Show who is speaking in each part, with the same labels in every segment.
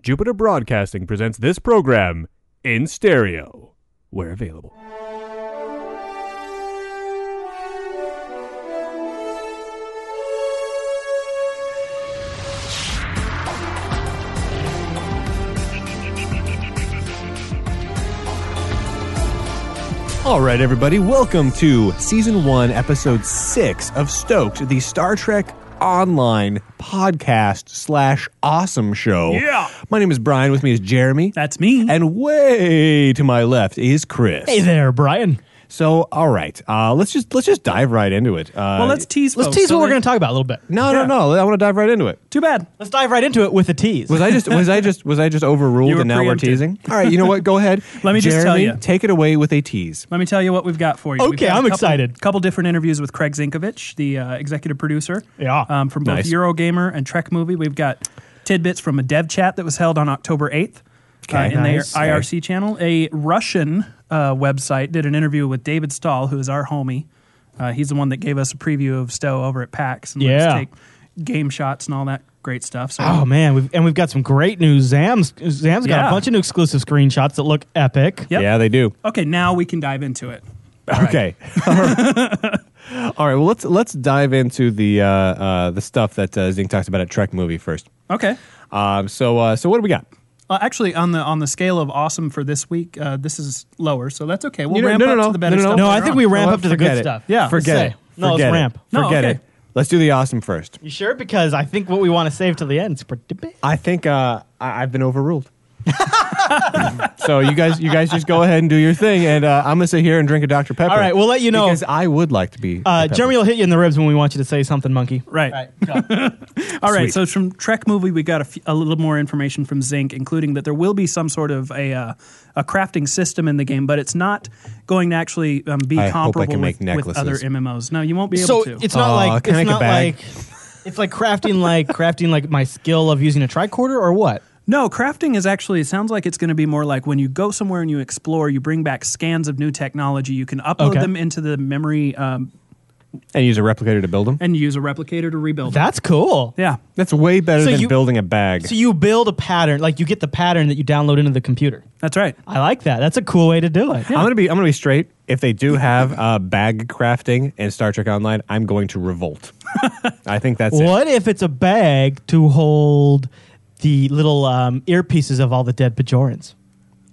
Speaker 1: Jupiter Broadcasting presents this program in stereo, where available.
Speaker 2: All right, everybody, welcome to season one, episode six of Stokes, the Star Trek online podcast slash awesome show.
Speaker 1: Yeah.
Speaker 2: My name is Brian. With me is Jeremy.
Speaker 3: That's me.
Speaker 2: And way to my left is Chris.
Speaker 3: hey there, Brian.
Speaker 2: So, all right, uh, let's just let's just dive right into it. Uh,
Speaker 3: Well, let's tease.
Speaker 4: Let's
Speaker 3: folks.
Speaker 4: tease
Speaker 3: So
Speaker 4: what we're
Speaker 3: there-
Speaker 4: going to talk about a little bit.
Speaker 2: No,
Speaker 3: yeah.
Speaker 2: no, no. I want to dive right into it.
Speaker 3: Too bad.
Speaker 4: Let's dive right into it with a tease.
Speaker 2: Was I just was I just was I just overruled
Speaker 3: You were
Speaker 2: and now
Speaker 3: preempted.
Speaker 2: we're teasing? All right, you know what? Go ahead.
Speaker 3: Let me just
Speaker 2: Jeremy,
Speaker 3: tell ya.
Speaker 2: Take it away with a tease.
Speaker 3: Let me tell you what we've got for you. We've
Speaker 4: Okay,
Speaker 3: got a
Speaker 4: I'm
Speaker 3: couple-
Speaker 4: excited.
Speaker 3: Couple different interviews with Craig Zinkovich, the uh, executive producer.
Speaker 4: Yeah.
Speaker 3: Um, from both
Speaker 2: Nice.
Speaker 3: Eurogamer and Trek Movie, we've got tidbits from a dev chat that was held on October 8th. uh,
Speaker 2: Okay.
Speaker 3: in
Speaker 2: Nice.
Speaker 3: the IRC channel, a Russian uh, website did an interview with David Stahl, who is our homie. Uh, he's the one that gave us a preview of Stowe over at PAX and let us
Speaker 4: Yeah.
Speaker 3: take game shots and all that great stuff. So
Speaker 4: oh man, we've, and we've got some great news. Zam's Zam's got
Speaker 3: Yeah.
Speaker 4: a bunch of new exclusive screenshots that look epic.
Speaker 3: Yep.
Speaker 2: Yeah, they do.
Speaker 3: okay, now we can dive into it.
Speaker 2: Okay. All right. All right. Well, let's let's dive into the uh, uh, the stuff that uh, Zing talks about at Trek movie first.
Speaker 3: Okay.
Speaker 2: Um, so uh, so what do we got?
Speaker 3: Uh, actually, on the on the scale of awesome for this week, uh, this is lower, so that's okay. We'll
Speaker 2: You know-
Speaker 3: ramp
Speaker 2: no, no,
Speaker 3: up
Speaker 2: no,
Speaker 3: to the better
Speaker 2: no, no,
Speaker 3: stuff.
Speaker 4: No, I
Speaker 3: later
Speaker 4: think
Speaker 3: on.
Speaker 4: we
Speaker 2: You know
Speaker 4: ramp
Speaker 2: what?
Speaker 4: up to the
Speaker 2: Forget
Speaker 4: good
Speaker 2: it.
Speaker 4: stuff.
Speaker 2: Yeah.
Speaker 4: Let's
Speaker 2: Forget
Speaker 4: say.
Speaker 2: it.
Speaker 4: No, let's
Speaker 2: Forget it.
Speaker 4: ramp.
Speaker 3: No,
Speaker 2: Forget
Speaker 3: okay.
Speaker 2: it. Let's do the awesome first.
Speaker 4: You sure? Because I think what we want to save to the end is pretty big.
Speaker 2: I think uh, I- I've been overruled. so you guys, you guys just go ahead and do your thing, and uh, I'm gonna sit here and drink a Dr Pepper.
Speaker 4: All right, we'll let you know.
Speaker 2: because I would like to be.
Speaker 4: Uh,
Speaker 2: a Pepper.
Speaker 4: Jeremy will hit you in the ribs when we want you to say something, monkey.
Speaker 3: Right. All right. So from Trek movie, we got a, f- a little more information from Zinc, including that there will be some sort of a uh, a crafting system in the game, but it's not going to actually um, be
Speaker 2: I hope I
Speaker 3: comparable
Speaker 2: can
Speaker 3: with,
Speaker 2: make
Speaker 3: with other
Speaker 2: necklaces.
Speaker 3: MMOs. No, you won't be able
Speaker 4: So
Speaker 3: to.
Speaker 4: it's not
Speaker 2: Aw,
Speaker 4: like
Speaker 2: can I make
Speaker 4: it's
Speaker 2: a
Speaker 4: not
Speaker 2: bag?
Speaker 4: like it's like crafting like crafting like my skill of using a tricorder or what?
Speaker 3: No, crafting is actually, it sounds like it's going to be more like when you go somewhere and you explore, you bring back scans of new technology, you can upload
Speaker 4: Okay.
Speaker 3: them into the memory um,
Speaker 2: and use a replicator to build them.
Speaker 3: and use a replicator to rebuild them.
Speaker 4: That's cool.
Speaker 3: Yeah.
Speaker 2: That's way better
Speaker 4: So
Speaker 2: than
Speaker 4: you-
Speaker 2: building a bag.
Speaker 4: So you build a pattern, like you get the pattern that you download into the computer.
Speaker 3: That's right.
Speaker 4: I like that. That's a cool way to do it.
Speaker 2: I'm gonna be I'm gonna be straight. If they do have uh, bag crafting in Star Trek Online, I'm going to revolt. I think that's it.
Speaker 4: What if it's a bag to hold the little um, earpieces of all the dead Bajorans?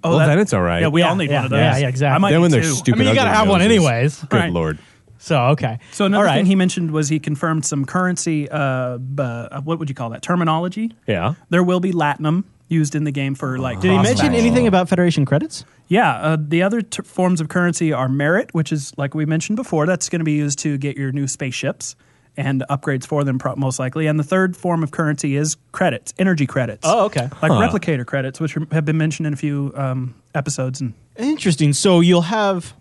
Speaker 3: Oh,
Speaker 2: Well, then it's all right.
Speaker 3: Yeah, we all need
Speaker 4: yeah,
Speaker 3: one of those.
Speaker 4: yeah, yeah, exactly.
Speaker 3: I might
Speaker 2: Then
Speaker 3: need
Speaker 2: when they're
Speaker 3: two.
Speaker 2: stupid,
Speaker 4: I mean, you gotta
Speaker 2: ugly
Speaker 4: have one
Speaker 2: noses.
Speaker 4: anyways.
Speaker 2: Good
Speaker 3: Right.
Speaker 2: lord.
Speaker 4: So okay.
Speaker 3: So another
Speaker 4: All right.
Speaker 3: thing he mentioned was he confirmed some currency. Uh, b- uh, what would you call that terminology?
Speaker 2: Yeah.
Speaker 3: There will be latinum used in the game for like.
Speaker 4: Did he
Speaker 3: prospects.
Speaker 4: mention anything about Federation credits?
Speaker 3: Yeah, uh, the other t- forms of currency are merit, which is like we mentioned before. That's going to be used to get your new spaceships and upgrades for them, pro- most likely. And the third form of currency is credits, energy credits.
Speaker 4: Oh, okay.
Speaker 3: Like replicator credits, which are- have been mentioned in a few um, episodes. And
Speaker 4: Interesting. So you'll have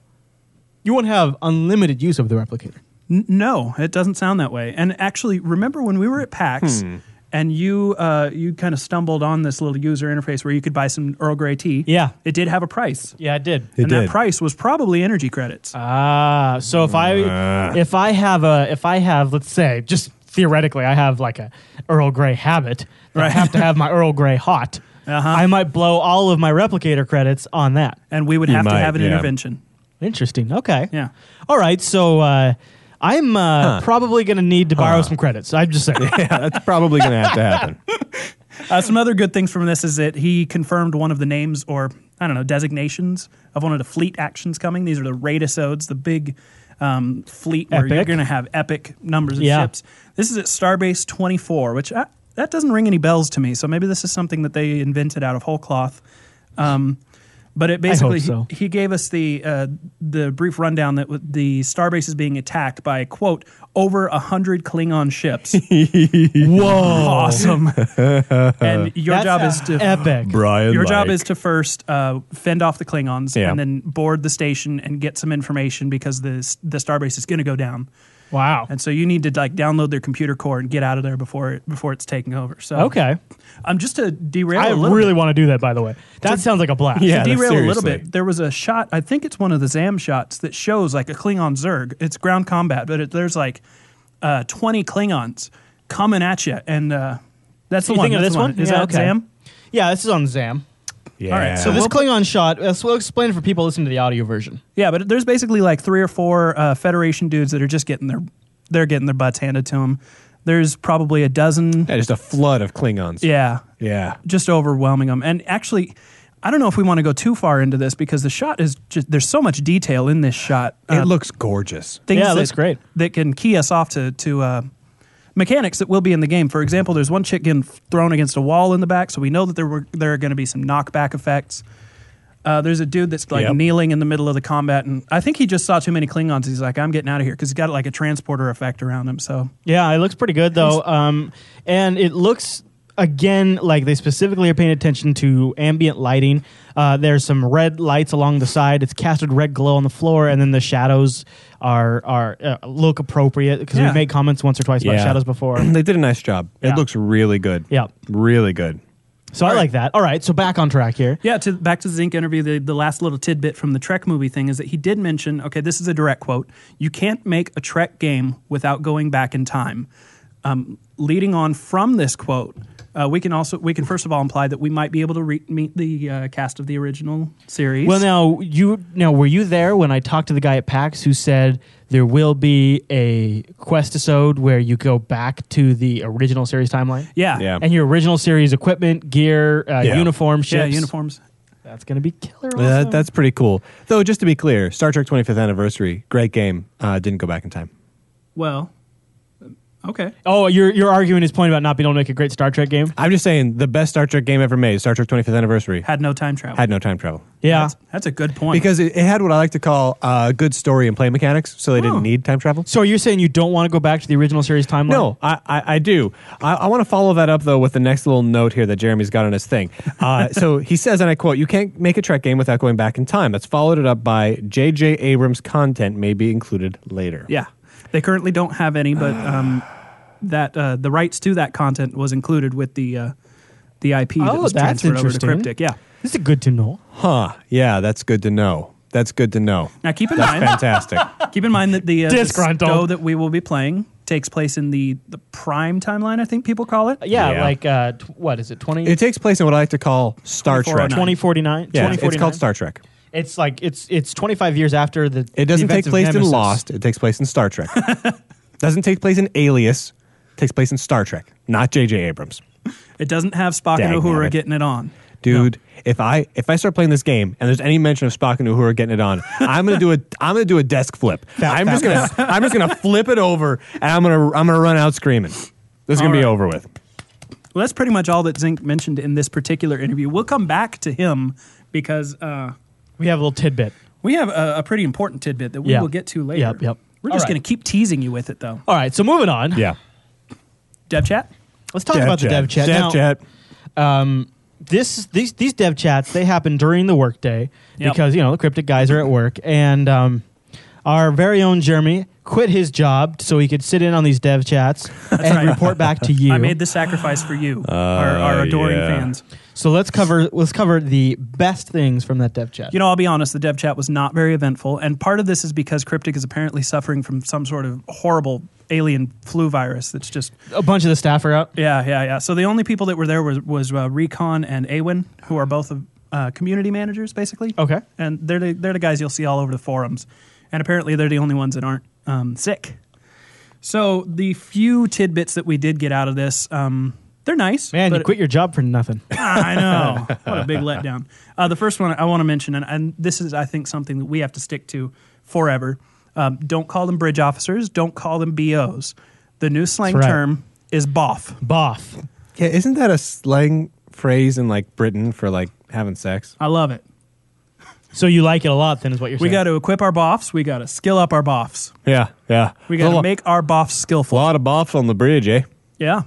Speaker 4: you won't have unlimited use of the replicator.
Speaker 3: N- no, it doesn't sound that way. And actually, remember when we were at PAX
Speaker 2: Hmm.
Speaker 3: and you uh, you kind of stumbled on this little user interface where you could buy some Earl Grey tea.
Speaker 4: Yeah.
Speaker 3: it did have a price,
Speaker 4: Yeah, I did.
Speaker 2: It
Speaker 3: and
Speaker 2: did.
Speaker 3: that price was probably energy credits.
Speaker 4: Ah, so if I if I have a if I have let's say just theoretically I have like a Earl Grey habit that I have to have my Earl Grey hot.
Speaker 3: Uh-huh.
Speaker 4: I might blow all of my replicator credits on that.
Speaker 3: and we would
Speaker 2: You
Speaker 3: have to
Speaker 2: might,
Speaker 3: have an
Speaker 2: yeah.
Speaker 3: intervention.
Speaker 4: Interesting. Okay.
Speaker 3: Yeah.
Speaker 4: All right. So uh, I'm uh,
Speaker 2: Huh.
Speaker 4: probably going to need to borrow some credits. I'm just saying.
Speaker 2: yeah, that's probably gonna have to happen.
Speaker 3: Uh, some other good things from this is that he confirmed one of the names or I don't know designations of one of the fleet actions coming. These are the raidisodes, the big um, fleet where you're
Speaker 4: Epic.
Speaker 3: going to have epic numbers of
Speaker 4: Yeah.
Speaker 3: ships. This is at Starbase 24, which I, that doesn't ring any bells to me. So maybe this is something that they invented out of whole cloth. Um, but it basically
Speaker 4: so.
Speaker 3: he, he gave us the uh, the brief rundown that w- the Starbase is being attacked by quote over a hundred Klingon ships.
Speaker 4: Whoa.
Speaker 3: awesome. and your
Speaker 4: That's
Speaker 3: job is to
Speaker 4: epic.
Speaker 2: Brian
Speaker 3: Your job is to first uh, fend off the Klingons
Speaker 2: Yeah.
Speaker 3: and then board the station and get some information because the s- the starbase is going to go down,
Speaker 4: Wow.
Speaker 3: and so you need to like download their computer core and get out of there before it, before it's taking over. So
Speaker 4: Okay.
Speaker 3: I'm just to derail.
Speaker 4: I
Speaker 3: a little
Speaker 4: really
Speaker 3: bit,
Speaker 4: want to do that. By the way, that sounds like a blast.
Speaker 2: Yeah.
Speaker 3: to
Speaker 2: no,
Speaker 3: derail a little
Speaker 2: seriously.
Speaker 3: bit. There was a shot. I think it's one of the Zam shots that shows like a Klingon Zerg. It's ground combat, but it, there's like uh, 20 Klingons coming at you, and uh, that's the
Speaker 4: You
Speaker 3: one.
Speaker 4: thinking of
Speaker 3: that's
Speaker 4: this
Speaker 3: the
Speaker 4: one?
Speaker 3: Is
Speaker 4: Yeah,
Speaker 3: that
Speaker 4: okay.
Speaker 3: Zam?
Speaker 4: Yeah, this is on Zam.
Speaker 2: Yeah.
Speaker 3: All right,
Speaker 4: So
Speaker 3: Yeah.
Speaker 4: this
Speaker 3: We'll put-
Speaker 4: Klingon shot, uh, so we'll explain it for people listening to the audio version.
Speaker 3: Yeah, but there's basically like three or four uh, Federation dudes that are just getting their they're getting their butts handed to them. There's probably a dozen.
Speaker 2: Yeah, just a flood of Klingons.
Speaker 3: Yeah,
Speaker 2: Yeah.
Speaker 3: just overwhelming them. And actually, I don't know if we want to go too far into this because the shot is just there's so much detail in this shot.
Speaker 2: It
Speaker 3: Uh,
Speaker 2: looks gorgeous.
Speaker 3: things
Speaker 4: Yeah, it
Speaker 3: that,
Speaker 4: looks great.
Speaker 3: that can key us off to to uh, mechanics that will be in the game. For example, there's one chick getting thrown against a wall in the back, so we know that there were there are going to be some knockback effects. Uh, there's a dude that's like
Speaker 2: Yep.
Speaker 3: kneeling in the middle of the combat, and I think he just saw too many Klingons. He's like, "I'm getting out of here" because he's got like a transporter effect around him. So
Speaker 4: Yeah, it looks pretty good though. Um, and it looks again like they specifically are paying attention to ambient lighting. Uh, there's some red lights along the side. It's casted red glow on the floor, and then the shadows are are uh, look appropriate because
Speaker 3: Yeah.
Speaker 4: we've made comments once or twice about
Speaker 2: Yeah.
Speaker 4: shadows before.
Speaker 2: they did a nice job.
Speaker 4: Yeah.
Speaker 2: It looks really good.
Speaker 4: Yeah.
Speaker 2: Really good.
Speaker 4: So I like that. All right, so back on track here.
Speaker 3: Yeah, to back to the Zinc interview, the, the last little tidbit from the Trek movie thing is that he did mention, okay, this is a direct quote, you can't make a Trek game without going back in time. Um, leading on from this quote, uh, we can also we can first of all imply that we might be able to re- meet the uh, cast of the original series.
Speaker 4: Well, now you now were you there when I talked to the guy at PAX who said there will be a quest episode where you go back to the original series timeline?
Speaker 3: yeah,
Speaker 2: Yeah.
Speaker 4: and your original series equipment, gear, uh,
Speaker 2: Yeah.
Speaker 4: uniform
Speaker 3: yeah,
Speaker 4: ships.
Speaker 3: uniforms.
Speaker 4: That's gonna be killer. Awesome.
Speaker 2: Yeah, that- that's pretty cool. Though, just to be clear, Star Trek 25th Anniversary, great game. Uh, didn't go back in time.
Speaker 3: Well, um, okay,
Speaker 4: oh, you're you're arguing his point about not being able to make a great Star Trek game.
Speaker 2: I'm just saying the best Star Trek game ever made, Star Trek 25th Anniversary,
Speaker 3: had no time travel.
Speaker 2: had no time travel.
Speaker 4: Yeah,
Speaker 3: that's, that's a good point.
Speaker 2: Because it, it had what I like to call uh, good story and play mechanics, so they
Speaker 3: Oh.
Speaker 2: didn't need time travel.
Speaker 4: so you're saying you don't want to go back to the original series timeline?
Speaker 2: No, I, I, I do. I, I want to follow that up though with the next little note here that Jeremy's got on his thing. Uh, so he says, and I quote: "You can't make a Trek game without going back in time." That's followed it up by J.J. Abrams content may be included later.
Speaker 3: yeah, they currently don't have any, but
Speaker 4: Ah.
Speaker 3: um, that uh, the rights to that content was included with the uh, the IP that
Speaker 4: Oh,
Speaker 3: was
Speaker 4: that's
Speaker 3: transferred over to
Speaker 4: interesting.
Speaker 3: Cryptic. Yeah.
Speaker 4: this is good to know.
Speaker 2: Huh? Yeah, that's good to know. That's good to know.
Speaker 3: Now keep in
Speaker 2: That's
Speaker 3: mind,
Speaker 2: fantastic.
Speaker 3: keep in mind that the, uh, the
Speaker 4: Disgruntled.
Speaker 3: stow that we will be playing takes place in the the prime timeline. I think people call it.
Speaker 4: Yeah,
Speaker 2: Yeah.
Speaker 4: like uh, t- what is it? Twenty.
Speaker 2: It takes place in what I like to call Star Trek.
Speaker 3: 2409.
Speaker 4: 2049.
Speaker 2: Yeah, it's
Speaker 4: 2049.
Speaker 2: called Star Trek.
Speaker 4: It's like it's it's 25 years after the.
Speaker 2: It doesn't
Speaker 4: the
Speaker 2: take
Speaker 4: events of
Speaker 2: place in
Speaker 4: Nemesis.
Speaker 2: Lost. It takes place in Star Trek. doesn't take place in Alias. Takes place in Star Trek, not J.J. Abrams.
Speaker 3: It doesn't have Spock
Speaker 2: Dang
Speaker 3: and Uhura
Speaker 2: nabbit.
Speaker 3: getting it on.
Speaker 2: dude. If I if I start playing this game and there's any mention of Spock and Uhura getting it on, I'm gonna do a I'm gonna do a desk flip. I'm just gonna I'm just gonna flip it over and I'm gonna I'm gonna run out screaming. This is gonna be
Speaker 3: All right.
Speaker 2: over with.
Speaker 3: Well, that's pretty much all that Zink mentioned in this particular interview. We'll come back to him because uh,
Speaker 4: We have a little tidbit.
Speaker 3: we have a, a pretty important tidbit that we
Speaker 4: Yeah.
Speaker 3: will get to later.
Speaker 4: Yep, yep.
Speaker 3: We're
Speaker 4: All
Speaker 3: just
Speaker 4: right.
Speaker 3: going to keep teasing you with it, though.
Speaker 4: All right, so moving on.
Speaker 2: Yeah.
Speaker 3: Dev chat.
Speaker 4: Let's talk about the dev chat.
Speaker 2: Dev
Speaker 4: Now,
Speaker 2: chat.
Speaker 4: um, this these these dev chats they happen during the workday
Speaker 3: Yep.
Speaker 4: because you know the cryptic guys are at work and um, our very own Jeremy quit his job so he could sit in on these dev chats and
Speaker 3: right.
Speaker 4: report back to you. Ah,
Speaker 3: I made the sacrifice for you, our, our adoring
Speaker 2: yeah.
Speaker 3: fans.
Speaker 4: so let's cover let's cover the best things from that dev chat.
Speaker 3: You know, I'll be honest, the dev chat was not very eventful. And part of this is because Cryptic is apparently suffering from some sort of horrible alien flu virus that's just,
Speaker 4: a bunch of the staff are out.
Speaker 3: yeah, yeah, yeah. So the only people that were there was, was uh, Recon and Awin, who are both of, uh, community managers, basically.
Speaker 4: Okay.
Speaker 3: And they're the, they're the guys you'll see all over the forums. And apparently they're the only ones that aren't um, sick. So the few tidbits that we did get out of this, um, they're nice.
Speaker 4: Man,
Speaker 3: but
Speaker 4: you quit your job for nothing.
Speaker 3: I know. What a big letdown. Uh, the first one I want to mention, and, and this is, I think, something that we have to stick to forever. Um, don't call them bridge officers. Don't call them BOs. The new slang
Speaker 4: That's right.
Speaker 3: term is boff.
Speaker 4: Boff.
Speaker 2: Yeah, isn't that a slang phrase in like Britain for like having sex?
Speaker 3: I love it.
Speaker 4: So you like it a lot, then is what you're
Speaker 3: We
Speaker 4: saying.
Speaker 3: got to equip our boffs. We got to skill up our boffs.
Speaker 2: Yeah, yeah.
Speaker 3: We got to
Speaker 2: Lot-
Speaker 3: make our boffs skillful.
Speaker 2: lot of boffs on the bridge, eh?
Speaker 3: Yeah.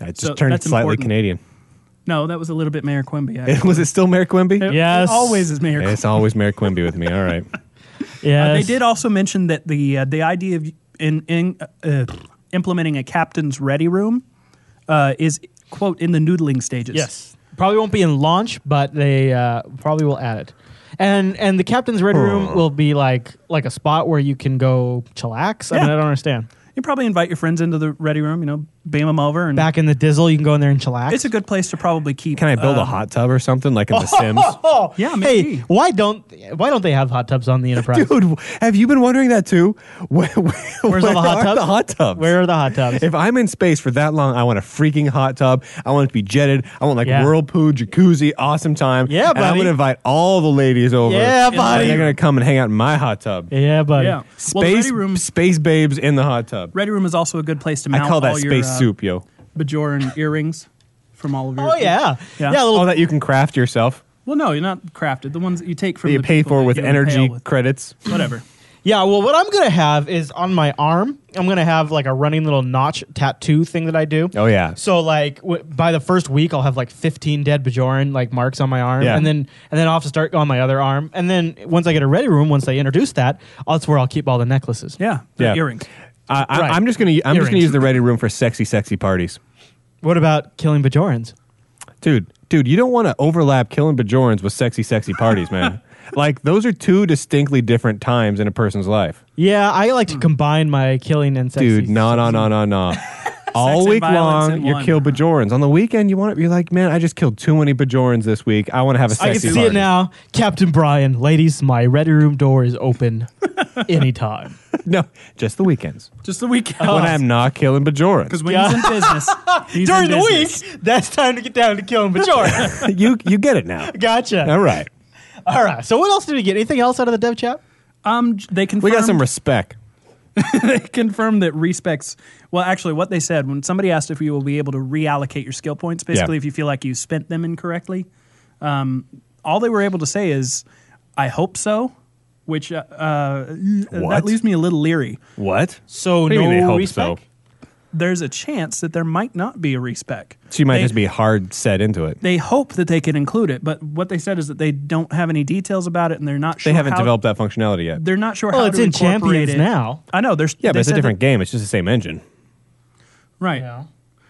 Speaker 2: I just
Speaker 3: So
Speaker 2: turned it
Speaker 3: that's
Speaker 2: slightly
Speaker 3: important.
Speaker 2: Canadian.
Speaker 3: No, that was a little bit Mayor Quimby. actually.
Speaker 2: Was it still Mayor Quimby?
Speaker 3: It- it
Speaker 4: Yes.
Speaker 3: always is Mayor Quimby.
Speaker 2: It's always Mayor Quimby with me. All right.
Speaker 4: Yes.
Speaker 3: Uh, they did also mention that the uh, the idea of in, in uh, implementing a captain's ready room uh, is quote in the noodling stages.
Speaker 4: Yes, probably won't be in launch, but they uh, probably will add it. And and the captain's red room will be like like a spot where you can go chillax. I mean,
Speaker 3: Yeah.
Speaker 4: I don't understand.
Speaker 3: you probably invite your friends into the ready room. You know, beam them over and
Speaker 4: Back in the Dizzle, you can go in there and chillax.
Speaker 3: It's a good place to probably keep.
Speaker 2: Can I build a
Speaker 3: um,
Speaker 2: hot tub or something like in The Sims?
Speaker 4: Oh
Speaker 3: Yeah,
Speaker 4: Hey,
Speaker 3: maybe.
Speaker 4: why don't why don't they have hot tubs on the Enterprise?
Speaker 2: Dude, have you been wondering that too? Where, where,
Speaker 4: Where's all the hot
Speaker 2: are
Speaker 4: tubs?
Speaker 2: The hot tubs?
Speaker 4: Where are the hot tubs?
Speaker 2: If I'm in space for that long, I want a freaking hot tub. I want it to be jetted. I want like
Speaker 4: Yeah.
Speaker 2: whirlpool, jacuzzi, awesome time.
Speaker 4: Yeah,
Speaker 2: and I'm
Speaker 4: buddy.
Speaker 2: gonna invite all the ladies over.
Speaker 4: Yeah,
Speaker 2: And
Speaker 4: buddy.
Speaker 2: They're gonna come and hang out in my hot tub.
Speaker 4: yeah, buddy.
Speaker 3: Yeah.
Speaker 2: Space
Speaker 3: Well, the ready room,
Speaker 2: space babes in the hot tub.
Speaker 3: ready room is also a good place to mount
Speaker 2: I call that
Speaker 3: all
Speaker 2: space
Speaker 3: your uh,
Speaker 2: soup, yo.
Speaker 3: Bajoran earrings from all of your.
Speaker 4: Oh yeah.
Speaker 3: Yeah.
Speaker 4: Yeah. a little,
Speaker 2: All that you can craft yourself.
Speaker 3: Well, no, you're not crafted. The ones that you take from
Speaker 2: That you
Speaker 3: the
Speaker 2: pay
Speaker 3: people
Speaker 2: for
Speaker 3: that
Speaker 2: with
Speaker 3: you
Speaker 2: energy
Speaker 3: impale with-
Speaker 2: credits.
Speaker 3: whatever.
Speaker 4: yeah. Well, what I'm gonna have is on my arm. I'm gonna have like a running little notch tattoo thing that I do.
Speaker 2: Oh yeah.
Speaker 4: So like w- by the first week, I'll have like 15 dead Bajoran like marks on my arm,
Speaker 2: Yeah.
Speaker 4: and then and then I'll have to start on my other arm, and then once I get a ready room, once they introduce that, that's where I'll keep all the necklaces.
Speaker 3: Yeah, the
Speaker 2: Yeah.
Speaker 3: earrings.
Speaker 2: I, I,
Speaker 4: Right.
Speaker 2: I'm just gonna I'm just gonna
Speaker 4: Earrings.
Speaker 2: use the ready room for sexy, sexy parties.
Speaker 4: What about killing Bajorans?
Speaker 2: Dude, dude, you don't want to overlap killing Bajorans with sexy, sexy parties, man. like those are two distinctly different times in a person's life.
Speaker 4: Yeah, I like to combine my killing and sexy.
Speaker 2: Dude, no, no, no, no, no. All
Speaker 3: and
Speaker 2: week
Speaker 3: violence
Speaker 2: long,
Speaker 3: in
Speaker 2: you
Speaker 3: one.
Speaker 2: kill Bajorans. On the weekend, you want it. You're like, man, I just killed too many Bajorans this week. I want to have a sexy
Speaker 4: I can see
Speaker 2: party.
Speaker 4: it now, Captain Brian. Ladies, my ready room door is open anytime.
Speaker 2: No, just the weekends
Speaker 3: Just the weekend.
Speaker 2: when I'm not killing Bajorans.
Speaker 3: Because when he's in business, he's
Speaker 4: During
Speaker 3: in
Speaker 4: the
Speaker 3: business.
Speaker 4: week, that's time to get down to killing Bajoran.
Speaker 2: you you get it now.
Speaker 4: gotcha.
Speaker 2: All right,
Speaker 4: All right. So what else did we get? Anything else out of the dev chat?
Speaker 3: um, j- they confirmed,
Speaker 2: we got some respect.
Speaker 3: they confirmed that respecs. Well, actually, what they said when somebody asked if you will be able to reallocate your skill points, basically,
Speaker 2: Yeah.
Speaker 3: if you feel like you spent them incorrectly, um, all they were able to say is, "I hope so," which uh, uh, that
Speaker 2: What?
Speaker 3: leaves me a little leery.
Speaker 2: What?
Speaker 4: So
Speaker 2: What do you
Speaker 4: no
Speaker 2: mean they hope
Speaker 4: respec?
Speaker 2: so?
Speaker 3: There's a chance that there might not be a respec.
Speaker 2: So you might
Speaker 3: They-
Speaker 2: just be hard set into it.
Speaker 3: They hope that they can include it, but what they said is that they don't have any details about it, and they're not sure.
Speaker 2: They haven't
Speaker 3: how-
Speaker 2: developed that functionality yet.
Speaker 3: They're not sure
Speaker 4: Well,
Speaker 3: how
Speaker 4: it's
Speaker 3: to
Speaker 4: in
Speaker 3: incorporate
Speaker 4: Champions
Speaker 3: it.
Speaker 4: now.
Speaker 3: I know. There's
Speaker 2: Yeah,
Speaker 3: they
Speaker 2: but it's a
Speaker 3: said
Speaker 2: different game. It's just the same engine.
Speaker 3: that- right.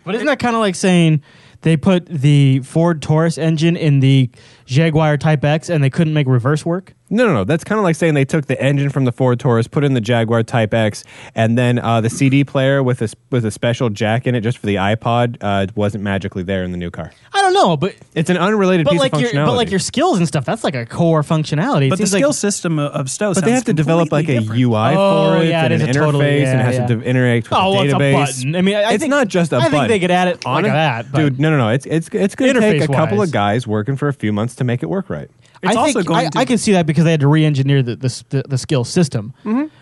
Speaker 4: But isn't that kind of like saying they put the Ford Taurus engine in the Jaguar Type X and they couldn't make reverse work?
Speaker 2: No, no, no. That's kind of like saying they took the engine from the Ford Taurus, put it in the Jaguar Type X, and then uh, the CD player with a s- with a special jack in it just for the iPod uh, wasn't magically there in the new car.
Speaker 4: I don't know, but
Speaker 2: It's an unrelated
Speaker 4: but
Speaker 2: piece
Speaker 4: like
Speaker 2: of
Speaker 4: your
Speaker 2: functionality.
Speaker 4: but like your skills and stuff. That's like a core functionality. It
Speaker 3: But the
Speaker 4: seems like-
Speaker 3: skill system of- of Stowe
Speaker 2: but they have to develop like a UI
Speaker 4: Oh,
Speaker 2: for it
Speaker 4: yeah,
Speaker 2: and
Speaker 4: it
Speaker 2: an
Speaker 4: is
Speaker 2: interface,
Speaker 4: a totally-
Speaker 2: and it
Speaker 4: yeah,
Speaker 2: has
Speaker 4: yeah.
Speaker 2: to d- interact with
Speaker 4: Oh,
Speaker 2: the
Speaker 4: well, it's a
Speaker 2: database.
Speaker 4: button. I mean, I- I
Speaker 2: it's
Speaker 4: think-
Speaker 2: not just a
Speaker 4: I think
Speaker 2: button.
Speaker 4: they could add it like
Speaker 2: Honest-
Speaker 4: that, but-
Speaker 2: dude. No, no, no. It's it's it's going to take a couple
Speaker 4: Interface-wise.
Speaker 2: of guys working for a few months to make it work right.
Speaker 3: It's
Speaker 4: I
Speaker 3: also
Speaker 4: think
Speaker 3: going
Speaker 4: I,
Speaker 3: to-
Speaker 4: I can see that because they had to re-engineer the the, the, the skill system.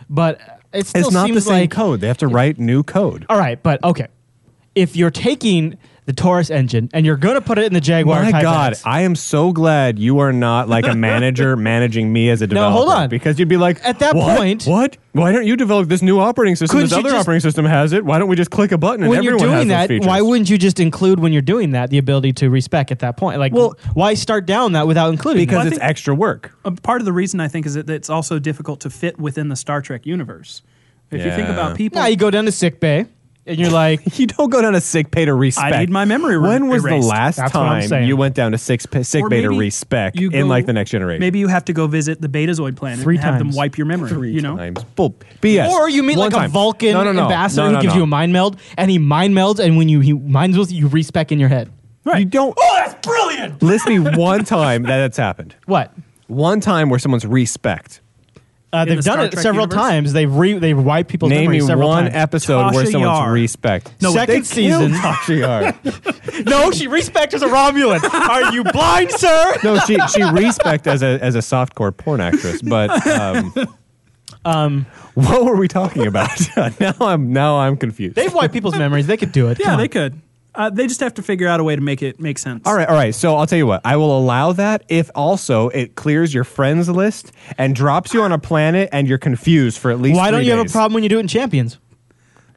Speaker 4: But it still
Speaker 2: Mm-hmm. It's not the
Speaker 4: seems
Speaker 2: same
Speaker 4: like
Speaker 2: code. They have to write new code.
Speaker 4: all right. But okay, if you're taking the Taurus engine and you're going to put it in the Jaguar,
Speaker 2: My
Speaker 4: Type
Speaker 2: God,
Speaker 4: X,
Speaker 2: I am so glad you are not like a manager managing me as a developer.
Speaker 4: hold on.
Speaker 2: because you'd be like,
Speaker 4: At that
Speaker 2: "What?
Speaker 4: point-
Speaker 2: what? Why don't you develop this new operating system?
Speaker 4: Couldn't
Speaker 2: This
Speaker 4: you
Speaker 2: other
Speaker 4: just-
Speaker 2: operating system has it. Why don't we just click a button and
Speaker 4: when you're
Speaker 2: everyone has
Speaker 4: doing
Speaker 2: those
Speaker 4: that,
Speaker 2: features?"
Speaker 4: why wouldn't you just include when you're doing that the ability to respec at that point? Like,
Speaker 2: Well-
Speaker 4: why start down that without including?
Speaker 2: because
Speaker 4: that?
Speaker 2: it's extra work.
Speaker 3: a part of the reason I think is that it's also difficult to fit within the Star Trek universe. If you think
Speaker 2: Yeah.
Speaker 3: about people,
Speaker 4: now you go down to sick bay and you're like,
Speaker 2: You don't go down to sick pay to respect.
Speaker 3: need my memory re-
Speaker 2: When was
Speaker 3: erased.
Speaker 2: the last
Speaker 4: That's what I'm
Speaker 2: time
Speaker 4: saying.
Speaker 2: you went down to sick pay, sick
Speaker 3: or
Speaker 2: pay to
Speaker 3: maybe
Speaker 2: respect
Speaker 3: you
Speaker 2: in
Speaker 3: go-
Speaker 2: like the next generation?
Speaker 3: Maybe you have to go visit the Betazoid planet
Speaker 4: Three
Speaker 3: and have them
Speaker 4: times.
Speaker 3: wipe your memory. you know,
Speaker 2: times. Bull- BS.
Speaker 4: or you meet
Speaker 2: One
Speaker 4: like
Speaker 2: time.
Speaker 4: a Vulcan
Speaker 2: No, no, no.
Speaker 4: ambassador
Speaker 2: No, no,
Speaker 4: who gives
Speaker 2: no.
Speaker 4: you a mind meld, and he mind melds, and when you he mind melds, you respec in your head.
Speaker 2: You don't. Oh, that's brilliant. List me one time that that's happened.
Speaker 4: What?
Speaker 2: One time where someone's respect.
Speaker 4: Uh, they've
Speaker 3: the
Speaker 4: done
Speaker 3: Star
Speaker 4: it
Speaker 3: Trek
Speaker 4: several
Speaker 3: universe?
Speaker 4: times. They've re- they've wiped people's
Speaker 2: Name me
Speaker 4: memories several
Speaker 2: one
Speaker 4: times.
Speaker 2: episode where
Speaker 3: Tasha
Speaker 2: someone's
Speaker 3: Yar.
Speaker 2: respect.
Speaker 4: No, Second
Speaker 2: They killed
Speaker 4: season.
Speaker 2: Tasha Yar.
Speaker 4: no, she respects as a Romulan. Are you blind, sir?
Speaker 2: no, she she respect as a as a softcore porn actress, but um,
Speaker 4: Um,
Speaker 2: what were we talking about? now I'm now I'm confused.
Speaker 4: they've wiped people's memories. They could do it.
Speaker 3: yeah,
Speaker 4: Come
Speaker 3: they
Speaker 4: on.
Speaker 3: could. Uh, they just have to figure out a way to make it make sense.
Speaker 2: all right, all right. So I'll tell you what. I will allow that if also it clears your friends list and drops you on a planet and you're confused for at least.
Speaker 4: Why don't
Speaker 2: three
Speaker 4: you have a
Speaker 2: days.
Speaker 4: problem when you do it in Champions?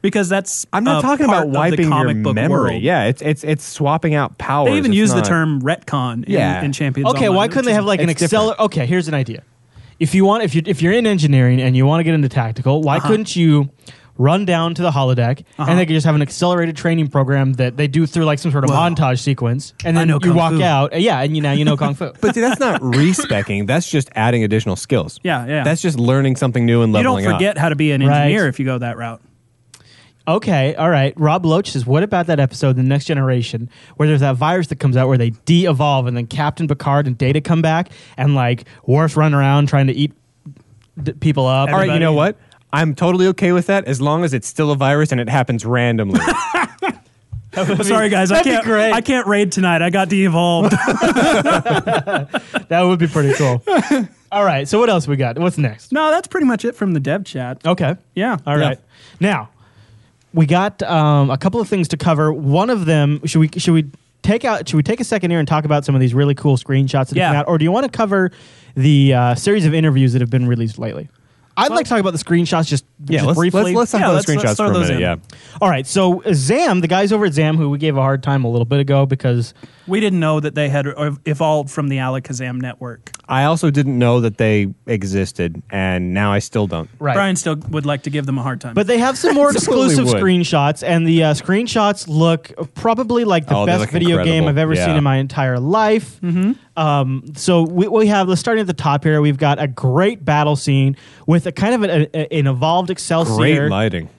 Speaker 3: because that's
Speaker 2: I'm not
Speaker 3: a
Speaker 2: talking
Speaker 3: uh,
Speaker 2: about
Speaker 3: part of
Speaker 2: wiping
Speaker 3: the comic
Speaker 2: your
Speaker 3: book
Speaker 2: memory.
Speaker 3: world.
Speaker 2: Yeah, it's it's it's swapping out powers.
Speaker 3: They even
Speaker 2: It's
Speaker 3: use the
Speaker 2: not-
Speaker 3: term retcon in,
Speaker 2: Yeah.
Speaker 3: in Champions.
Speaker 4: Okay,
Speaker 3: Online,
Speaker 4: why
Speaker 3: which
Speaker 4: couldn't they
Speaker 3: is-
Speaker 4: have like an
Speaker 2: It's
Speaker 4: Excel?
Speaker 2: different.
Speaker 4: Okay, here's an idea. If you want, if you if you're in engineering and you want to get into tactical, why
Speaker 3: Uh-huh.
Speaker 4: couldn't you run down to the holodeck and they could just have an accelerated training program that they do through like some sort of montage sequence, and
Speaker 3: I
Speaker 4: then
Speaker 3: know
Speaker 4: you
Speaker 3: kung
Speaker 4: walk
Speaker 3: fu.
Speaker 4: out, uh, yeah, and you now you know kung fu.
Speaker 2: But see, that's not respecking. That's just adding additional skills.
Speaker 3: Yeah, yeah.
Speaker 2: That's just learning something new and
Speaker 3: you don't
Speaker 2: leveling up.
Speaker 3: forget how to be an
Speaker 4: Right.
Speaker 3: engineer if you go that route.
Speaker 4: Okay, all right. Rob Loach says, "What about that episode, The Next Generation, where there's that virus that comes out where they de-evolve, and then Captain Picard and Data come back, and like Worf run around trying to eat d- people up."
Speaker 2: All right, you know
Speaker 3: Everybody-
Speaker 2: what? I'm totally okay with that as long as it's still a virus and it happens randomly.
Speaker 3: Sorry, guys. I
Speaker 4: that'd be
Speaker 3: can't.
Speaker 4: great.
Speaker 3: I can't raid tonight. I got de-evolved.
Speaker 4: that would be pretty cool. all right, so what else we got? What's next?
Speaker 3: no, that's pretty much it from the dev chat.
Speaker 4: Okay.
Speaker 3: Yeah.
Speaker 4: Oh, All right. Now, we got um, a couple of things to cover. One of them should we should we take out should we take a second here and talk about some of these really cool screenshots that
Speaker 3: Yeah.
Speaker 4: have come out, or do you want to cover the uh, series of interviews that have been released lately? I'd like to talk about the screenshots just,
Speaker 2: yeah,
Speaker 4: just
Speaker 2: let's,
Speaker 4: briefly.
Speaker 2: let's let's talk
Speaker 3: Yeah,
Speaker 2: about
Speaker 3: let's-
Speaker 2: the
Speaker 3: let's
Speaker 2: screenshots
Speaker 3: throw
Speaker 2: for a
Speaker 3: those
Speaker 2: minute.
Speaker 3: in.
Speaker 2: Yeah,
Speaker 4: All right, so uh, Zam, the guys over at Zam, who we gave a hard time a little bit ago because
Speaker 3: We didn't know that they had ev- evolved from the Alakazam network.
Speaker 2: I also didn't know that they existed, and now I still don't.
Speaker 4: right.
Speaker 3: Brian still would like to give them a hard time.
Speaker 4: But they have some more
Speaker 2: Absolutely
Speaker 4: exclusive
Speaker 2: would.
Speaker 4: screenshots, and the uh, screenshots look probably like the
Speaker 2: Oh, they
Speaker 4: best
Speaker 2: look
Speaker 4: video game
Speaker 2: incredible.
Speaker 4: I've ever
Speaker 2: Yeah.
Speaker 4: seen in my entire life.
Speaker 3: Mm-hmm.
Speaker 4: Um, so we, we have, let's starting at the top here. We've got a great battle scene with a kind of an, a, an evolved
Speaker 2: Great
Speaker 4: Excelsior.
Speaker 2: lighting.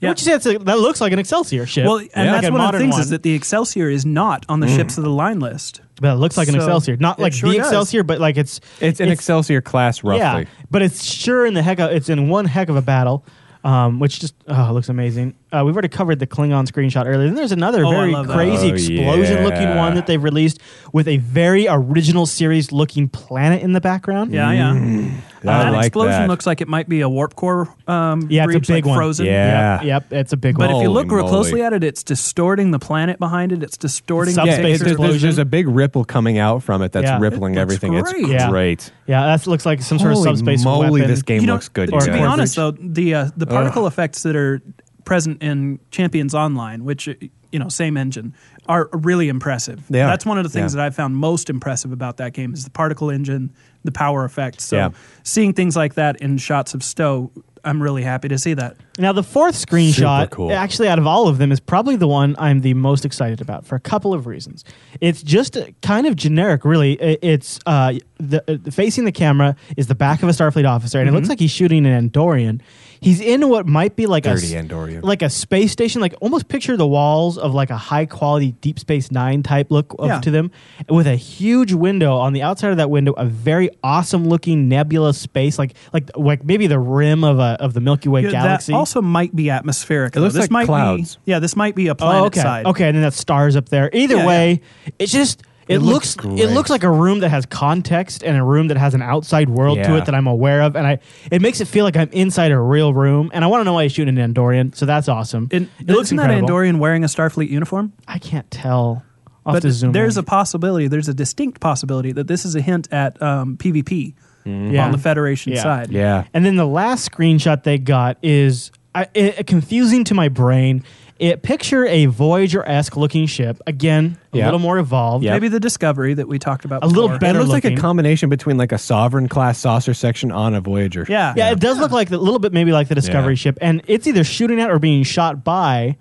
Speaker 3: Yeah.
Speaker 4: What you say? It's a, that looks like an Excelsior ship.
Speaker 3: well, and
Speaker 4: Like
Speaker 3: that's one of
Speaker 4: a
Speaker 3: the
Speaker 4: modern
Speaker 3: things
Speaker 4: one. Mm.
Speaker 3: is that the Excelsior is not on the ships of the line list.
Speaker 4: but it looks like an
Speaker 3: So,
Speaker 4: Excelsior, not
Speaker 3: it
Speaker 4: like
Speaker 3: sure
Speaker 4: the
Speaker 3: does.
Speaker 4: Excelsior, but like it's
Speaker 2: It's an Excelsior class, roughly.
Speaker 4: Yeah, but it's sure in the heck of it's in one heck of a battle, um, which just oh, looks amazing. Uh, we've already covered the Klingon screenshot earlier. Then there's another
Speaker 3: Oh, I
Speaker 4: very
Speaker 3: love that.
Speaker 4: crazy
Speaker 2: Oh,
Speaker 4: explosion looking
Speaker 2: yeah.
Speaker 4: one that they've released with a very original series looking planet in the background.
Speaker 3: Yeah, yeah.
Speaker 2: I
Speaker 3: that
Speaker 2: like
Speaker 3: Uh, explosion
Speaker 2: that.
Speaker 3: looks like it might be a warp core. Um,
Speaker 4: Yeah, it's a
Speaker 3: breach,
Speaker 4: big
Speaker 3: like
Speaker 4: one.
Speaker 3: Frozen.
Speaker 2: Yeah.
Speaker 4: Yep, yep, it's a big
Speaker 3: But
Speaker 4: one.
Speaker 3: if you
Speaker 2: Holy
Speaker 3: look real
Speaker 2: moly.
Speaker 3: closely at it, it's distorting the planet behind it. It's distorting.
Speaker 4: Yeah,
Speaker 3: the
Speaker 2: Yeah,
Speaker 4: Space
Speaker 2: it-
Speaker 3: picture.
Speaker 2: there's, there's, there's a big ripple coming out from it that's
Speaker 4: Yeah.
Speaker 2: rippling
Speaker 3: It looks
Speaker 2: everything.
Speaker 3: great.
Speaker 2: It's
Speaker 4: Yeah.
Speaker 2: great.
Speaker 4: yeah, that looks like some sort
Speaker 2: Holy
Speaker 4: of subspace
Speaker 2: moly,
Speaker 4: weapon.
Speaker 2: this game
Speaker 3: You know,
Speaker 2: looks good.
Speaker 3: To
Speaker 2: you
Speaker 4: or
Speaker 3: be
Speaker 2: guys.
Speaker 3: honest, though, the uh, the particle effects that are present in Champions Online, which uh, you know, same engine, are really impressive.
Speaker 2: They are.
Speaker 3: That's one of the things
Speaker 2: Yeah.
Speaker 3: that I found most impressive about that game is the particle engine, the power effects. So
Speaker 2: Yeah.
Speaker 3: seeing things like that in shots of Stowe, I'm really happy to see that.
Speaker 4: Now the fourth screenshot,
Speaker 2: Super cool.
Speaker 4: actually out of all of them, is probably the one I'm the most excited about for a couple of reasons. It's just uh, kind of generic, really. I- It's uh, the uh, facing the camera is the back of a Starfleet officer, and it
Speaker 2: Mm-hmm.
Speaker 4: looks like he's shooting an Andorian. He's in what might be like
Speaker 2: Dirty
Speaker 4: a s-
Speaker 2: Andorian.
Speaker 4: like a space station. Like almost picture the walls of like a high quality Deep Space Nine type look of,
Speaker 3: Yeah.
Speaker 4: to them, with a huge window on the outside of that window, a very awesome looking nebulous space, like like like maybe the rim of a of the Milky Way
Speaker 3: Yeah,
Speaker 4: galaxy.
Speaker 3: That also might be atmoric. though.
Speaker 2: looks
Speaker 3: this
Speaker 2: like
Speaker 3: might
Speaker 2: clouds.
Speaker 3: Be, yeah, this might be a planet
Speaker 4: Oh, okay.
Speaker 3: side.
Speaker 4: Okay, and then that stars up there. Either
Speaker 3: Yeah,
Speaker 4: way, it's just it,
Speaker 2: It
Speaker 4: looks,
Speaker 2: looks
Speaker 4: it
Speaker 2: great.
Speaker 4: looks like a room that has context and a room that has an outside world to
Speaker 2: Yeah.
Speaker 4: it that I'm aware of, and I it makes it feel like I'm inside a real room. And I want to know why he's shooting an Andorian, so that's awesome.
Speaker 3: And
Speaker 4: it looks
Speaker 3: isn't that
Speaker 4: incredible.
Speaker 3: Andorian wearing a Starfleet uniform?
Speaker 4: I can't tell. I'll have
Speaker 3: But
Speaker 4: to zoom.
Speaker 3: there's
Speaker 4: in.
Speaker 3: a possibility, there's a distinct possibility that this is a hint at um, PvP
Speaker 4: Yeah.
Speaker 3: on the Federation
Speaker 4: Yeah.
Speaker 3: side.
Speaker 2: Mm-hmm. Yeah.
Speaker 4: And then the last screenshot they got is I, it, confusing to my brain. It picture a Voyager esque looking ship again, a
Speaker 2: Yeah.
Speaker 4: little more evolved.
Speaker 2: Yeah.
Speaker 3: Maybe the Discovery that we talked about
Speaker 4: A little
Speaker 3: before.
Speaker 4: better
Speaker 2: It looks
Speaker 4: looking.
Speaker 2: like a combination between like a sovereign class saucer section on a Voyager.
Speaker 3: Yeah.
Speaker 4: yeah, it does look like a little bit maybe like the Discovery
Speaker 2: Yeah.
Speaker 4: ship, and it's either shooting at or being shot by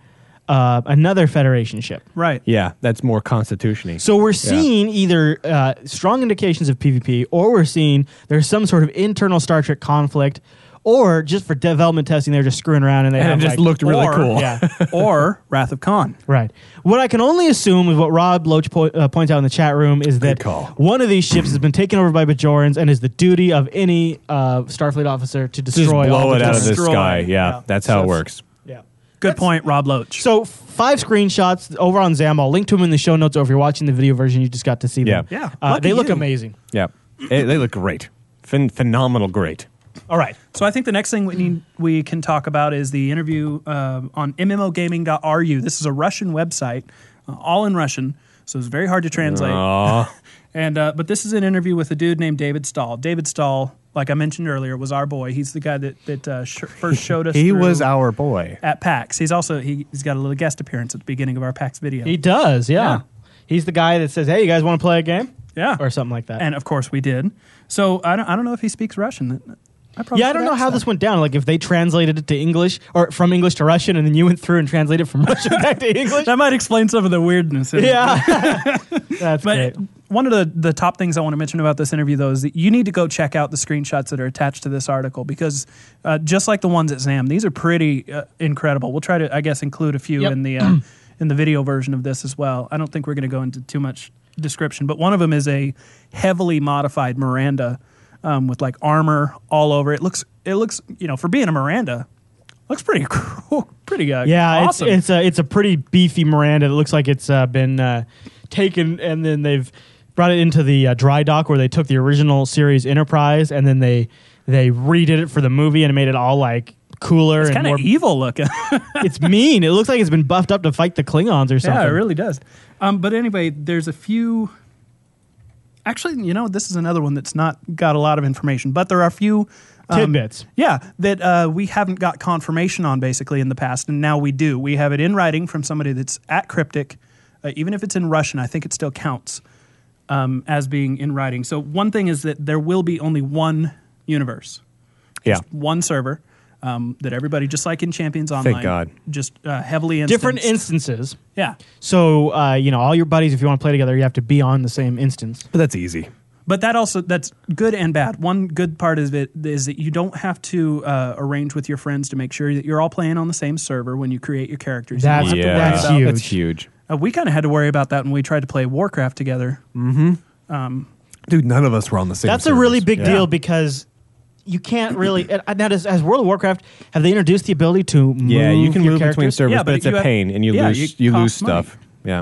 Speaker 4: uh, another Federation ship.
Speaker 3: Right.
Speaker 2: Yeah, that's more constitutiony.
Speaker 4: So we're seeing either uh, strong indications of PvP, or we're seeing there's some sort of internal Star Trek conflict, or just for development testing, they're just screwing around and they
Speaker 2: and
Speaker 4: have
Speaker 2: it just
Speaker 4: like-
Speaker 2: looked really
Speaker 3: or-
Speaker 2: cool.
Speaker 4: Yeah.
Speaker 3: or Wrath of Khan.
Speaker 4: Right. What I can only assume is what Rob Loach po- uh, points out in the chat room is that
Speaker 2: call.
Speaker 4: one of these ships has been taken over by Bajorans and is the duty of any uh, Starfleet officer to destroy
Speaker 2: Just blow
Speaker 4: all
Speaker 2: it out of the
Speaker 3: Destroy.
Speaker 2: sky. Yeah,
Speaker 4: Yeah.
Speaker 2: that's how
Speaker 4: So
Speaker 2: it
Speaker 4: it's-
Speaker 2: works.
Speaker 4: Yeah.
Speaker 3: Good point, Rob Loach.
Speaker 4: So five screenshots over on Zam. I'll link to them in the show notes. Or if you're watching the video version, you just got to see them.
Speaker 2: Yeah.
Speaker 3: Yeah.
Speaker 4: Uh,
Speaker 3: Lucky
Speaker 4: they look
Speaker 3: you.
Speaker 4: amazing.
Speaker 2: Yeah, It- they look great. Phen- phenomenal, great.
Speaker 4: All right.
Speaker 3: So I think the next thing we need we can talk about is the interview uh, on MMOgaming.ru. This is a Russian website, uh, all in Russian, so it's very hard to translate.
Speaker 2: Aw.
Speaker 3: And uh, but this is an interview with a dude named David Stahl. David Stahl, like I mentioned earlier, was our boy. He's the guy that that uh, sh- first showed us.
Speaker 2: he
Speaker 3: through
Speaker 2: was our boy.
Speaker 3: at PAX. He's also he, he's got a little guest appearance at the beginning of our PAX video.
Speaker 4: He does. Yeah.
Speaker 3: Yeah.
Speaker 4: He's the guy that says, "Hey, you guys want to play a game?"
Speaker 3: yeah,
Speaker 4: Or something like that.
Speaker 3: and of course we did. So I don't I don't know if he speaks Russian. I probably
Speaker 4: yeah, I don't
Speaker 3: should
Speaker 4: know
Speaker 3: ask
Speaker 4: how
Speaker 3: that.
Speaker 4: this went down. Like if they translated it to English or from English to Russian, and then you went through and translated it from Russian back to English.
Speaker 3: That might explain some of the weirdness. in it.
Speaker 4: Yeah. That's
Speaker 3: But
Speaker 4: great.
Speaker 3: one of the, the top things I want to mention about this interview, though, is that you need to go check out the screenshots that are attached to this article because uh, just like the ones at ZAM, these are pretty uh, incredible. We'll try to, I guess, include a few
Speaker 4: Yep.
Speaker 3: in the uh, in the video version of this as well. I don't think we're going to go into too much description, but one of them is a heavily modified Miranda um, with like armor all over. It looks it looks you know for being a Miranda. Looks pretty cool, pretty uh,
Speaker 4: Yeah,
Speaker 3: awesome.
Speaker 4: it's, it's a it's a pretty beefy Miranda. It looks like it's uh, been uh, taken and then they've brought it into the uh, dry dock where they took the original series Enterprise and then they they redid it for the movie and made it all like cooler
Speaker 3: it's e-
Speaker 4: and
Speaker 3: kind
Speaker 4: more.
Speaker 3: of evil looking.
Speaker 4: it's mean. It looks like it's been buffed up to fight the Klingons or something.
Speaker 3: Yeah, it really does. Um, but anyway, there's a few. Actually, you know, this is another one that's not got a lot of information, but there are a few um,
Speaker 4: Tidbits.
Speaker 3: Yeah, that uh, we haven't got confirmation on basically in the past, and now we do. We have it in writing from somebody that's at Cryptic, uh, even if it's in Russian. I think it still counts um, as being in writing. So one thing is that there will be only one universe
Speaker 2: Yeah.
Speaker 3: one server um, that everybody, just like in Champions Online,
Speaker 2: God.
Speaker 3: just uh, heavily instanced.
Speaker 4: Different instances.
Speaker 3: yeah.
Speaker 4: So uh, you know, all your buddies, if you want to play together, you have to be on the same instance.
Speaker 2: But that's easy.
Speaker 3: But that also that's good and bad. One good part is it is that you don't have to uh, arrange with your friends to make sure that you're all playing on the same server when you create your characters. You
Speaker 4: That's
Speaker 3: don't have to worry
Speaker 4: that's
Speaker 3: about-
Speaker 4: huge.
Speaker 2: That's huge.
Speaker 3: Uh, we kind of had to worry about that when we tried to play Warcraft together.
Speaker 4: Mm.
Speaker 2: Dude, none of us were on the same.
Speaker 4: That's a
Speaker 2: servers.
Speaker 4: really big
Speaker 2: Yeah.
Speaker 4: deal because you can't really. and- and Now, does, has World of Warcraft have they introduced the ability to move
Speaker 2: Yeah, you can
Speaker 4: your
Speaker 2: move between
Speaker 4: characters?
Speaker 2: servers,
Speaker 3: Yeah,
Speaker 2: but,
Speaker 3: but
Speaker 2: it's a
Speaker 3: you have-
Speaker 2: pain, and you
Speaker 3: yeah,
Speaker 2: lose
Speaker 3: you
Speaker 2: you lose
Speaker 3: cost money.
Speaker 2: stuff. Yeah,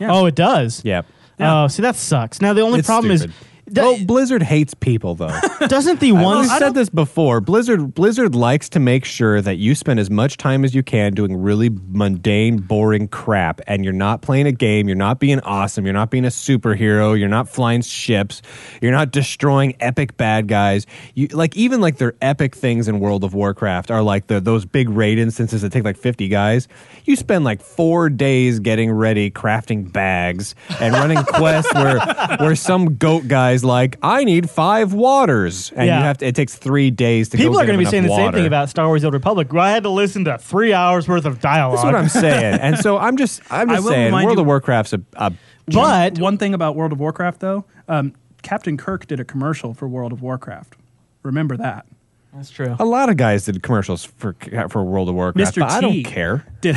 Speaker 3: Yeah.
Speaker 4: Oh, it does.
Speaker 2: yeah.
Speaker 3: Yeah.
Speaker 4: Oh, see, that sucks. Now the only
Speaker 2: It's
Speaker 4: problem
Speaker 2: stupid.
Speaker 4: is, th-
Speaker 2: oh, Blizzard hates people though.
Speaker 4: doesn't the
Speaker 2: Well,
Speaker 4: one
Speaker 2: We've said this before. Blizzard Blizzard likes to make sure that you spend as much time as you can doing really mundane, boring crap, and you're not playing a game. You're not being awesome. You're not being a superhero. You're not flying ships. You're not destroying epic bad guys. You like even like their epic things in World of Warcraft are like the, those big raid instances that take like 50 guys. You spend like four days getting ready, crafting bags, and running quests where where some goat guy's like, I need five waters, and
Speaker 4: Yeah.
Speaker 2: you have to. It takes three days to.
Speaker 4: people
Speaker 2: go
Speaker 4: are
Speaker 2: going to
Speaker 4: be saying the same thing about Star Wars: The Old Republic. Well, I had to listen to three hours worth of dialogue.
Speaker 2: That's what I'm saying, and so I'm just I'm
Speaker 3: I
Speaker 2: just
Speaker 3: will
Speaker 2: saying
Speaker 3: remind
Speaker 2: World
Speaker 3: you-
Speaker 2: of Warcraft's a, a
Speaker 4: but
Speaker 3: one thing about World of Warcraft though, um, Captain Kirk did a commercial for World of Warcraft. Remember that?
Speaker 4: that's true.
Speaker 2: a lot of guys did commercials for for World of Warcraft,
Speaker 3: Mr.
Speaker 2: but I
Speaker 3: T.
Speaker 2: don't care.
Speaker 3: Did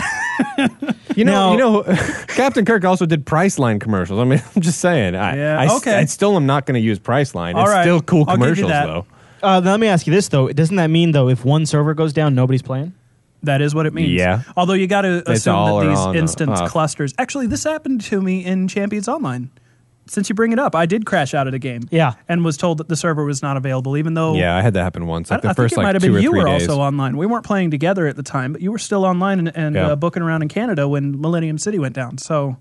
Speaker 2: You know,
Speaker 4: Now-
Speaker 2: you know, Captain Kirk also did Priceline commercials. I mean, I'm just saying. I,
Speaker 3: Yeah,
Speaker 2: I s-
Speaker 3: okay.
Speaker 2: I still am not going to use Priceline.
Speaker 3: All
Speaker 2: it's
Speaker 3: right,
Speaker 2: still cool
Speaker 3: I'll give you
Speaker 2: commercials
Speaker 3: that.
Speaker 2: though.
Speaker 4: Uh, let me ask you this though: Doesn't that mean though, if one server goes down, nobody's playing?
Speaker 3: That is what it means.
Speaker 2: Yeah.
Speaker 3: Although you got to assume
Speaker 2: all
Speaker 3: that
Speaker 2: are
Speaker 3: these
Speaker 2: on, uh,
Speaker 3: instance
Speaker 2: off.
Speaker 3: clusters. Actually, this happened to me in Champions Online. Since you bring it up, I did crash out of the game.
Speaker 4: Yeah.
Speaker 3: And was told that the server was not available, even though.
Speaker 2: Yeah, I had that happen once.
Speaker 3: I,
Speaker 2: Like the
Speaker 3: I
Speaker 2: first
Speaker 3: think it might
Speaker 2: like
Speaker 3: have
Speaker 2: two
Speaker 3: been
Speaker 2: or
Speaker 3: you
Speaker 2: three
Speaker 3: were
Speaker 2: days.
Speaker 3: also online. We weren't playing together at the time, but you were still online and, and
Speaker 2: Yeah.
Speaker 3: uh, booking around in Canada when Millennium City went down. So,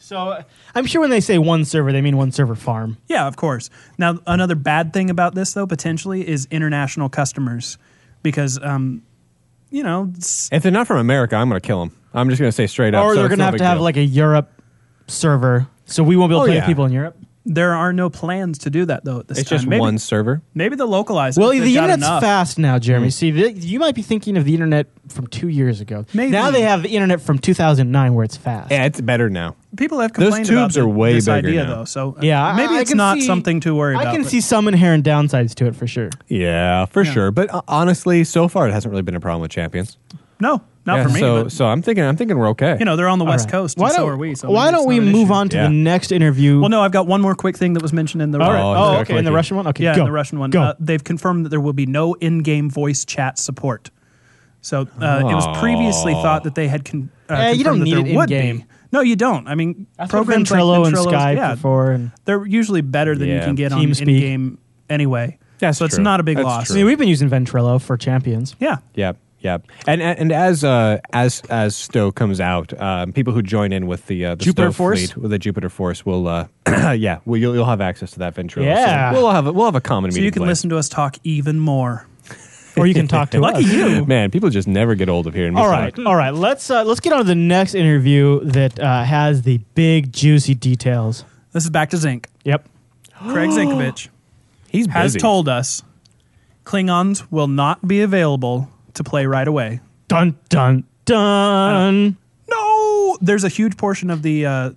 Speaker 4: So uh, I'm sure when they say one server, they mean one server farm.
Speaker 3: yeah, of course. Now, another bad thing about this, though, potentially, is international customers because, um, you know, s-
Speaker 2: If they're not from America, I'm going to kill them. I'm just going to say straight up.
Speaker 4: or
Speaker 2: so
Speaker 4: they're
Speaker 2: it's
Speaker 4: going
Speaker 2: no
Speaker 4: to have
Speaker 2: big
Speaker 4: to have
Speaker 2: deal.
Speaker 4: like a Europe server, so we won't be able to
Speaker 2: Oh,
Speaker 4: play
Speaker 2: yeah.
Speaker 4: with people in Europe.
Speaker 3: there are no plans to do that, though, at this
Speaker 2: It's
Speaker 3: time.
Speaker 2: just
Speaker 3: Maybe-
Speaker 2: one server.
Speaker 3: Maybe they'll localize. it
Speaker 4: Well,
Speaker 3: if
Speaker 4: the
Speaker 3: they've got
Speaker 4: internet's
Speaker 3: enough.
Speaker 4: fast now, Jeremy. See, th- you might be thinking of the internet from two years ago.
Speaker 3: Maybe.
Speaker 4: Now they have the internet from 2009 where it's fast.
Speaker 2: Yeah, it's better now.
Speaker 3: People have
Speaker 2: Those
Speaker 3: complained about
Speaker 2: tubes are
Speaker 3: the-
Speaker 2: way
Speaker 3: this
Speaker 2: bigger
Speaker 3: idea,
Speaker 2: now.
Speaker 3: though. So uh,
Speaker 4: Yeah, I-
Speaker 3: maybe
Speaker 4: I
Speaker 3: it's
Speaker 4: can
Speaker 3: not
Speaker 4: see-
Speaker 3: something to worry about.
Speaker 4: I can
Speaker 3: but-
Speaker 4: see some inherent downsides to it for sure.
Speaker 2: Yeah, for
Speaker 3: Yeah.
Speaker 2: sure. But uh, honestly, so far it hasn't really been a problem with champions.
Speaker 3: no, not
Speaker 2: Yeah,
Speaker 3: for me.
Speaker 2: So,
Speaker 3: but,
Speaker 2: so I'm thinking, I'm thinking we're okay.
Speaker 3: you know, they're on the
Speaker 4: All
Speaker 3: west
Speaker 4: right.
Speaker 3: coast.
Speaker 4: Why
Speaker 3: and so
Speaker 4: don't-
Speaker 3: are we. So
Speaker 4: why
Speaker 3: maybe
Speaker 4: don't
Speaker 3: it's
Speaker 4: we
Speaker 3: not an
Speaker 4: move
Speaker 3: issue.
Speaker 4: on to the
Speaker 2: Yeah.
Speaker 4: next interview?
Speaker 3: Well, no, I've got one more quick thing that was mentioned in the.
Speaker 4: All right.
Speaker 2: Oh,
Speaker 4: Oh,
Speaker 2: okay,
Speaker 4: okay. In the
Speaker 2: okay.
Speaker 4: Russian one? Okay,
Speaker 3: Yeah,
Speaker 4: go.
Speaker 3: in the Russian one,
Speaker 4: Go.
Speaker 3: Uh, they've confirmed that there will be no in-game voice chat support. So uh, it was previously
Speaker 2: Oh.
Speaker 3: thought that they had. Con- uh,
Speaker 4: Eh,
Speaker 3: confirmed
Speaker 4: you don't
Speaker 3: that
Speaker 4: need
Speaker 3: there
Speaker 4: it
Speaker 3: would
Speaker 4: in-game.
Speaker 3: Be. No, you don't. I mean,
Speaker 4: That's what
Speaker 3: programs like
Speaker 4: Ventrilo and
Speaker 3: Ventrilo's-
Speaker 4: Skype
Speaker 3: yeah,
Speaker 4: before and-
Speaker 3: they're usually better than you
Speaker 2: Yeah.
Speaker 3: can get on
Speaker 4: TeamSpeak.
Speaker 3: in-game anyway.
Speaker 2: That's
Speaker 3: so it's
Speaker 2: true.
Speaker 3: not a big
Speaker 2: That's
Speaker 3: loss.
Speaker 4: I mean, we've been using Ventrilo for champions.
Speaker 3: Yeah.
Speaker 2: Yep, yep. And and, and as uh, as as Stowe comes out, um, people who join in with the, uh, the
Speaker 4: Jupiter
Speaker 2: Stowe
Speaker 4: Force?
Speaker 2: fleet, with the Jupiter Force will, uh, yeah, well, you'll, you'll have access to that Ventrilo.
Speaker 4: Yeah.
Speaker 2: so we'll have a, we'll have a common
Speaker 3: So
Speaker 2: meeting
Speaker 3: you can
Speaker 2: place.
Speaker 3: listen to us talk even more.
Speaker 4: Or you can talk to
Speaker 3: Lucky
Speaker 4: us.
Speaker 3: you.
Speaker 2: Man, people just never get old of hearing me
Speaker 4: All
Speaker 2: talk.
Speaker 4: right, all right. Let's uh, let's get on to the next interview that uh, has the big juicy details.
Speaker 3: This is back to Zinc.
Speaker 4: Yep.
Speaker 3: Craig Zinkovich
Speaker 2: He's busy.
Speaker 3: has told us Klingons will not be available to play right away.
Speaker 4: Dun dun dun.
Speaker 3: No, there's a huge portion of the uh,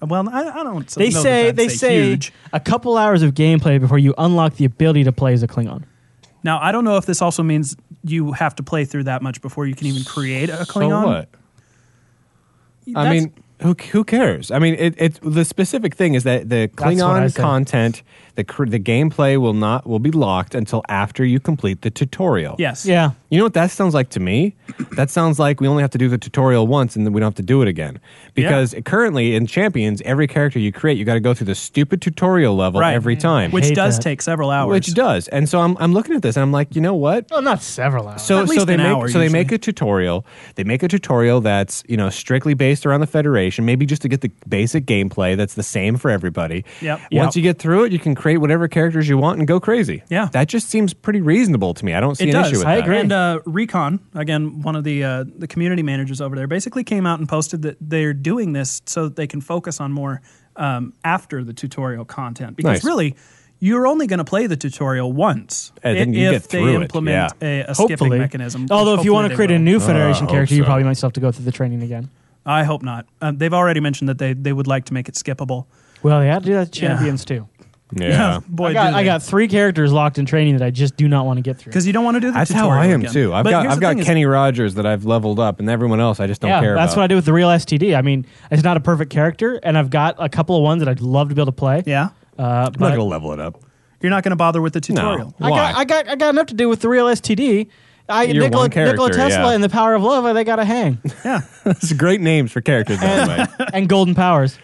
Speaker 3: Well, I, I don't. know
Speaker 4: They
Speaker 3: that
Speaker 4: say
Speaker 3: I'd
Speaker 4: they say
Speaker 3: huge.
Speaker 4: a couple hours of gameplay before you unlock the ability to play as a Klingon.
Speaker 3: Now, I don't know if this also means you have to play through that much before you can even create a Klingon.
Speaker 2: So what? I
Speaker 3: That's-
Speaker 2: mean, who who cares? I mean, it, it the specific thing is that the
Speaker 4: That's what I
Speaker 2: Klingon
Speaker 4: said.
Speaker 2: content, the cr- the gameplay will not will be locked until after you complete the tutorial.
Speaker 3: yes,
Speaker 4: Yeah.
Speaker 2: You know what that sounds like to me? That sounds like we only have to do the tutorial once and then we don't have to do it again. Because currently in Champions, every character you create, you got to go through the stupid tutorial level
Speaker 3: Right.
Speaker 2: every time,
Speaker 4: I
Speaker 3: which
Speaker 4: hate
Speaker 3: does
Speaker 4: that.
Speaker 3: take several hours.
Speaker 2: which does. And so I'm I'm looking at this and I'm like, you know what?
Speaker 4: Well, not several hours.
Speaker 2: So,
Speaker 3: At
Speaker 2: so
Speaker 3: least
Speaker 2: they
Speaker 3: an
Speaker 2: make
Speaker 3: hour,
Speaker 2: so they
Speaker 3: usually.
Speaker 2: make a tutorial. They make a tutorial that's you know strictly based around the Federation, maybe just to get the basic gameplay that's the same for everybody.
Speaker 3: Yep.
Speaker 2: Once
Speaker 3: Yep.
Speaker 2: you get through it, you can create whatever characters you want and go crazy.
Speaker 3: Yeah.
Speaker 2: That just seems pretty reasonable to me. I don't see
Speaker 3: it
Speaker 2: an
Speaker 3: does.
Speaker 2: issue with
Speaker 4: I
Speaker 2: that.
Speaker 4: agree.
Speaker 3: And uh, Recon, again, one of the uh, the community managers over there, basically came out and posted that they're doing this so that they can focus on more um, after the tutorial content because
Speaker 2: Nice.
Speaker 3: really. You're only going to play the tutorial once
Speaker 2: And then
Speaker 3: i-
Speaker 2: you
Speaker 3: if
Speaker 2: get through
Speaker 3: they
Speaker 2: it,
Speaker 3: implement
Speaker 2: yeah.
Speaker 3: a, a skipping
Speaker 4: hopefully.
Speaker 3: mechanism. which
Speaker 4: Although if
Speaker 3: hopefully
Speaker 4: you want
Speaker 3: they
Speaker 4: to create a
Speaker 3: will.
Speaker 4: new
Speaker 2: Ah,
Speaker 4: Federation
Speaker 3: Uh,
Speaker 2: hope
Speaker 4: character, you
Speaker 2: so.
Speaker 4: probably might still have to go through the training again.
Speaker 3: I hope not. Um, they've already mentioned that they, they would like to make it skippable.
Speaker 4: Well, they had to do that to
Speaker 3: Yeah.
Speaker 4: champions too.
Speaker 2: Yeah.
Speaker 3: Boy,
Speaker 4: I got,
Speaker 3: do
Speaker 4: I
Speaker 3: they.
Speaker 4: got three characters locked in training that I just do not want to get through.
Speaker 3: Because you don't want to do the
Speaker 2: That's how
Speaker 3: tutorial
Speaker 2: I am
Speaker 3: again.
Speaker 2: too. I've
Speaker 3: But
Speaker 2: got
Speaker 3: here's
Speaker 2: I've
Speaker 3: the
Speaker 2: got
Speaker 3: thing is-
Speaker 2: Kenny Rogers that I've leveled up, and everyone else I just don't
Speaker 4: yeah,
Speaker 2: care
Speaker 4: that's
Speaker 2: about.
Speaker 4: what I do with the real STD. I mean, it's not a perfect character, and I've got a couple of ones that I'd love to be able to play.
Speaker 3: Yeah,
Speaker 4: uh,
Speaker 2: I'm not
Speaker 4: but
Speaker 2: gonna level it up.
Speaker 3: you're not going to bother with the tutorial.
Speaker 2: No.
Speaker 4: I
Speaker 2: Why?
Speaker 4: got, I got, I got enough to do with the real STD. I,
Speaker 2: You're
Speaker 4: Nikola,
Speaker 2: one character,
Speaker 4: Nikola Tesla
Speaker 2: yeah.
Speaker 4: and the Power of Love, they got to hang,
Speaker 3: Yeah.
Speaker 2: That's great names for characters. by the way.
Speaker 4: and Golden Powers.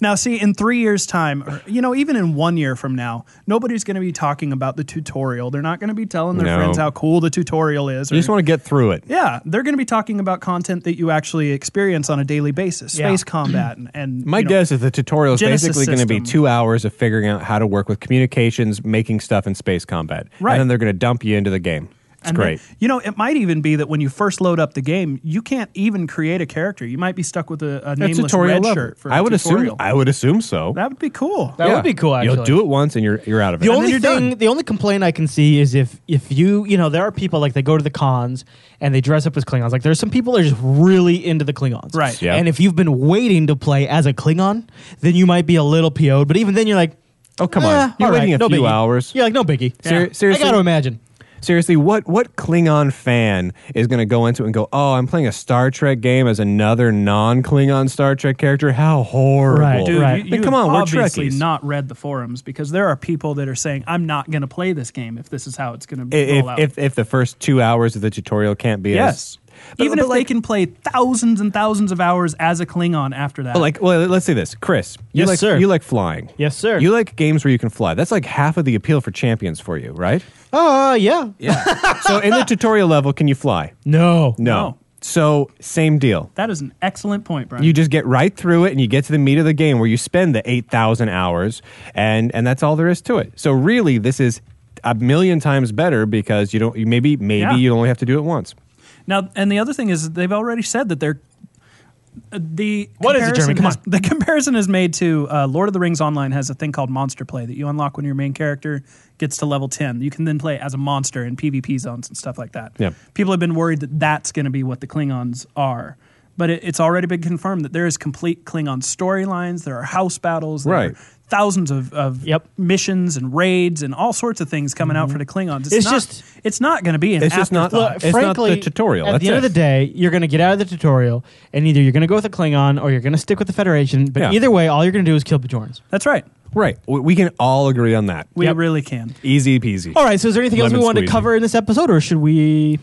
Speaker 3: Now, see, in three years' time, or you know, even in one year from now, nobody's going to be talking about the tutorial. They're not going to be telling their
Speaker 2: No.
Speaker 3: friends how cool the tutorial is.
Speaker 2: You just
Speaker 3: or-
Speaker 2: want to get through it.
Speaker 3: yeah, they're going to be talking about content that you actually experience on a daily basis,
Speaker 4: Yeah.
Speaker 3: space combat, and, and
Speaker 2: My
Speaker 3: you know,
Speaker 2: guess is the tutorial is
Speaker 3: Genesis
Speaker 2: basically going to be
Speaker 3: system.
Speaker 2: two hours of figuring out how to work with communications, making stuff in space combat.
Speaker 3: Right.
Speaker 2: And then they're going to dump you into the game. It's
Speaker 3: and then-
Speaker 2: great.
Speaker 3: you know, it might even be that when you first load up the game, you can't even create a character. You might be stuck with a, a nameless red
Speaker 2: level.
Speaker 3: shirt for
Speaker 2: I
Speaker 3: a
Speaker 2: would assume.
Speaker 3: tutorial.
Speaker 2: I would assume so.
Speaker 3: that would be cool.
Speaker 4: That would be cool,
Speaker 2: You'll
Speaker 4: actually.
Speaker 2: do it once and you're you're out of it.
Speaker 4: The
Speaker 3: then
Speaker 4: only
Speaker 3: you're
Speaker 4: thing,
Speaker 3: done.
Speaker 4: the only complaint I can see is if if you, you know, there are people like they go to the cons and they dress up as Klingons. Like there's some people that are just really into the Klingons,
Speaker 3: Right.
Speaker 2: Yeah.
Speaker 4: And if you've been waiting to play as a Klingon, then you might be a little PO'd. But even then, you're like,
Speaker 2: Oh, come
Speaker 4: eh,
Speaker 2: on. You're
Speaker 4: all right,
Speaker 2: waiting a
Speaker 4: no
Speaker 2: few
Speaker 4: biggie.
Speaker 2: hours.
Speaker 4: You're like, no biggie.
Speaker 2: Ser- seriously?
Speaker 4: I got to imagine.
Speaker 2: Seriously, what what Klingon fan is going to go into it and go, "Oh, I'm playing a Star Trek game as another non-Klingon Star Trek character? How horrible!"
Speaker 4: Right,
Speaker 3: Dude,
Speaker 4: right.
Speaker 3: you,
Speaker 2: Then
Speaker 3: you
Speaker 2: come on,
Speaker 3: have
Speaker 2: we're
Speaker 3: obviously
Speaker 2: Trekkies.
Speaker 3: not read the forums because there are people that are saying, "I'm not going to play this game if this is how it's going to
Speaker 2: if,
Speaker 3: roll out."
Speaker 2: if if the first two hours of the tutorial can't be as
Speaker 3: yes,
Speaker 2: But-
Speaker 3: even
Speaker 2: but
Speaker 3: if they can play thousands and thousands of hours as a Klingon after that,
Speaker 2: But Oh, like, well, let's say this, Chris. You
Speaker 4: Yes,
Speaker 2: like,
Speaker 4: sir.
Speaker 2: You like flying.
Speaker 4: Yes, sir.
Speaker 2: You like games where you can fly. That's like half of the appeal for champions for you, right?
Speaker 4: Oh, yeah.
Speaker 2: Yeah. so in the tutorial level, can you fly?
Speaker 4: No.
Speaker 2: No.
Speaker 3: No.
Speaker 2: So same deal.
Speaker 3: that is an excellent point, Brian.
Speaker 2: You just get right through it, and you get to the meat of the game where you spend the eight thousand hours, and and that's all there is to it. So really, this is a million times better because you don't. You maybe maybe
Speaker 3: Yeah.
Speaker 2: you only have to do it once.
Speaker 3: now, and the other thing is, they've already said that they're uh, the
Speaker 4: What is it,
Speaker 3: comparison
Speaker 4: Jeremy? Come
Speaker 3: has-
Speaker 4: on.
Speaker 3: The comparison is made to uh, Lord of the Rings Online has a thing called monster play that you unlock when your main character gets to level ten. You can then play as a monster in PvP zones and stuff like that.
Speaker 2: Yeah.
Speaker 3: people have been worried that that's going to be what the Klingons are. But it, it's already been confirmed that there is complete Klingon storylines. There are house battles. There
Speaker 2: Right.
Speaker 3: Are thousands of, of
Speaker 4: Yep.
Speaker 3: missions and raids and all sorts of things coming out for the Klingons. It's,
Speaker 4: It's
Speaker 3: not,
Speaker 4: just-
Speaker 3: it's not going to be an
Speaker 2: It's just not-
Speaker 3: afterthought.
Speaker 4: Look,
Speaker 2: It's not the
Speaker 4: frankly,
Speaker 2: tutorial.
Speaker 4: At
Speaker 2: That's
Speaker 4: the end
Speaker 2: it.
Speaker 4: of the day, you're going to get out of the tutorial, and either you're going to go with a Klingon or you're going to stick with the Federation. But
Speaker 2: Yeah.
Speaker 4: either way, all you're going to do is kill Bajorans.
Speaker 3: That's right.
Speaker 2: Right. We, we can all agree on that.
Speaker 3: We
Speaker 4: Yep.
Speaker 3: really can.
Speaker 2: Easy peasy.
Speaker 4: All right. So, is there anything else
Speaker 2: Lemon
Speaker 4: we want to
Speaker 2: squeezy.
Speaker 4: cover in this episode, or should we?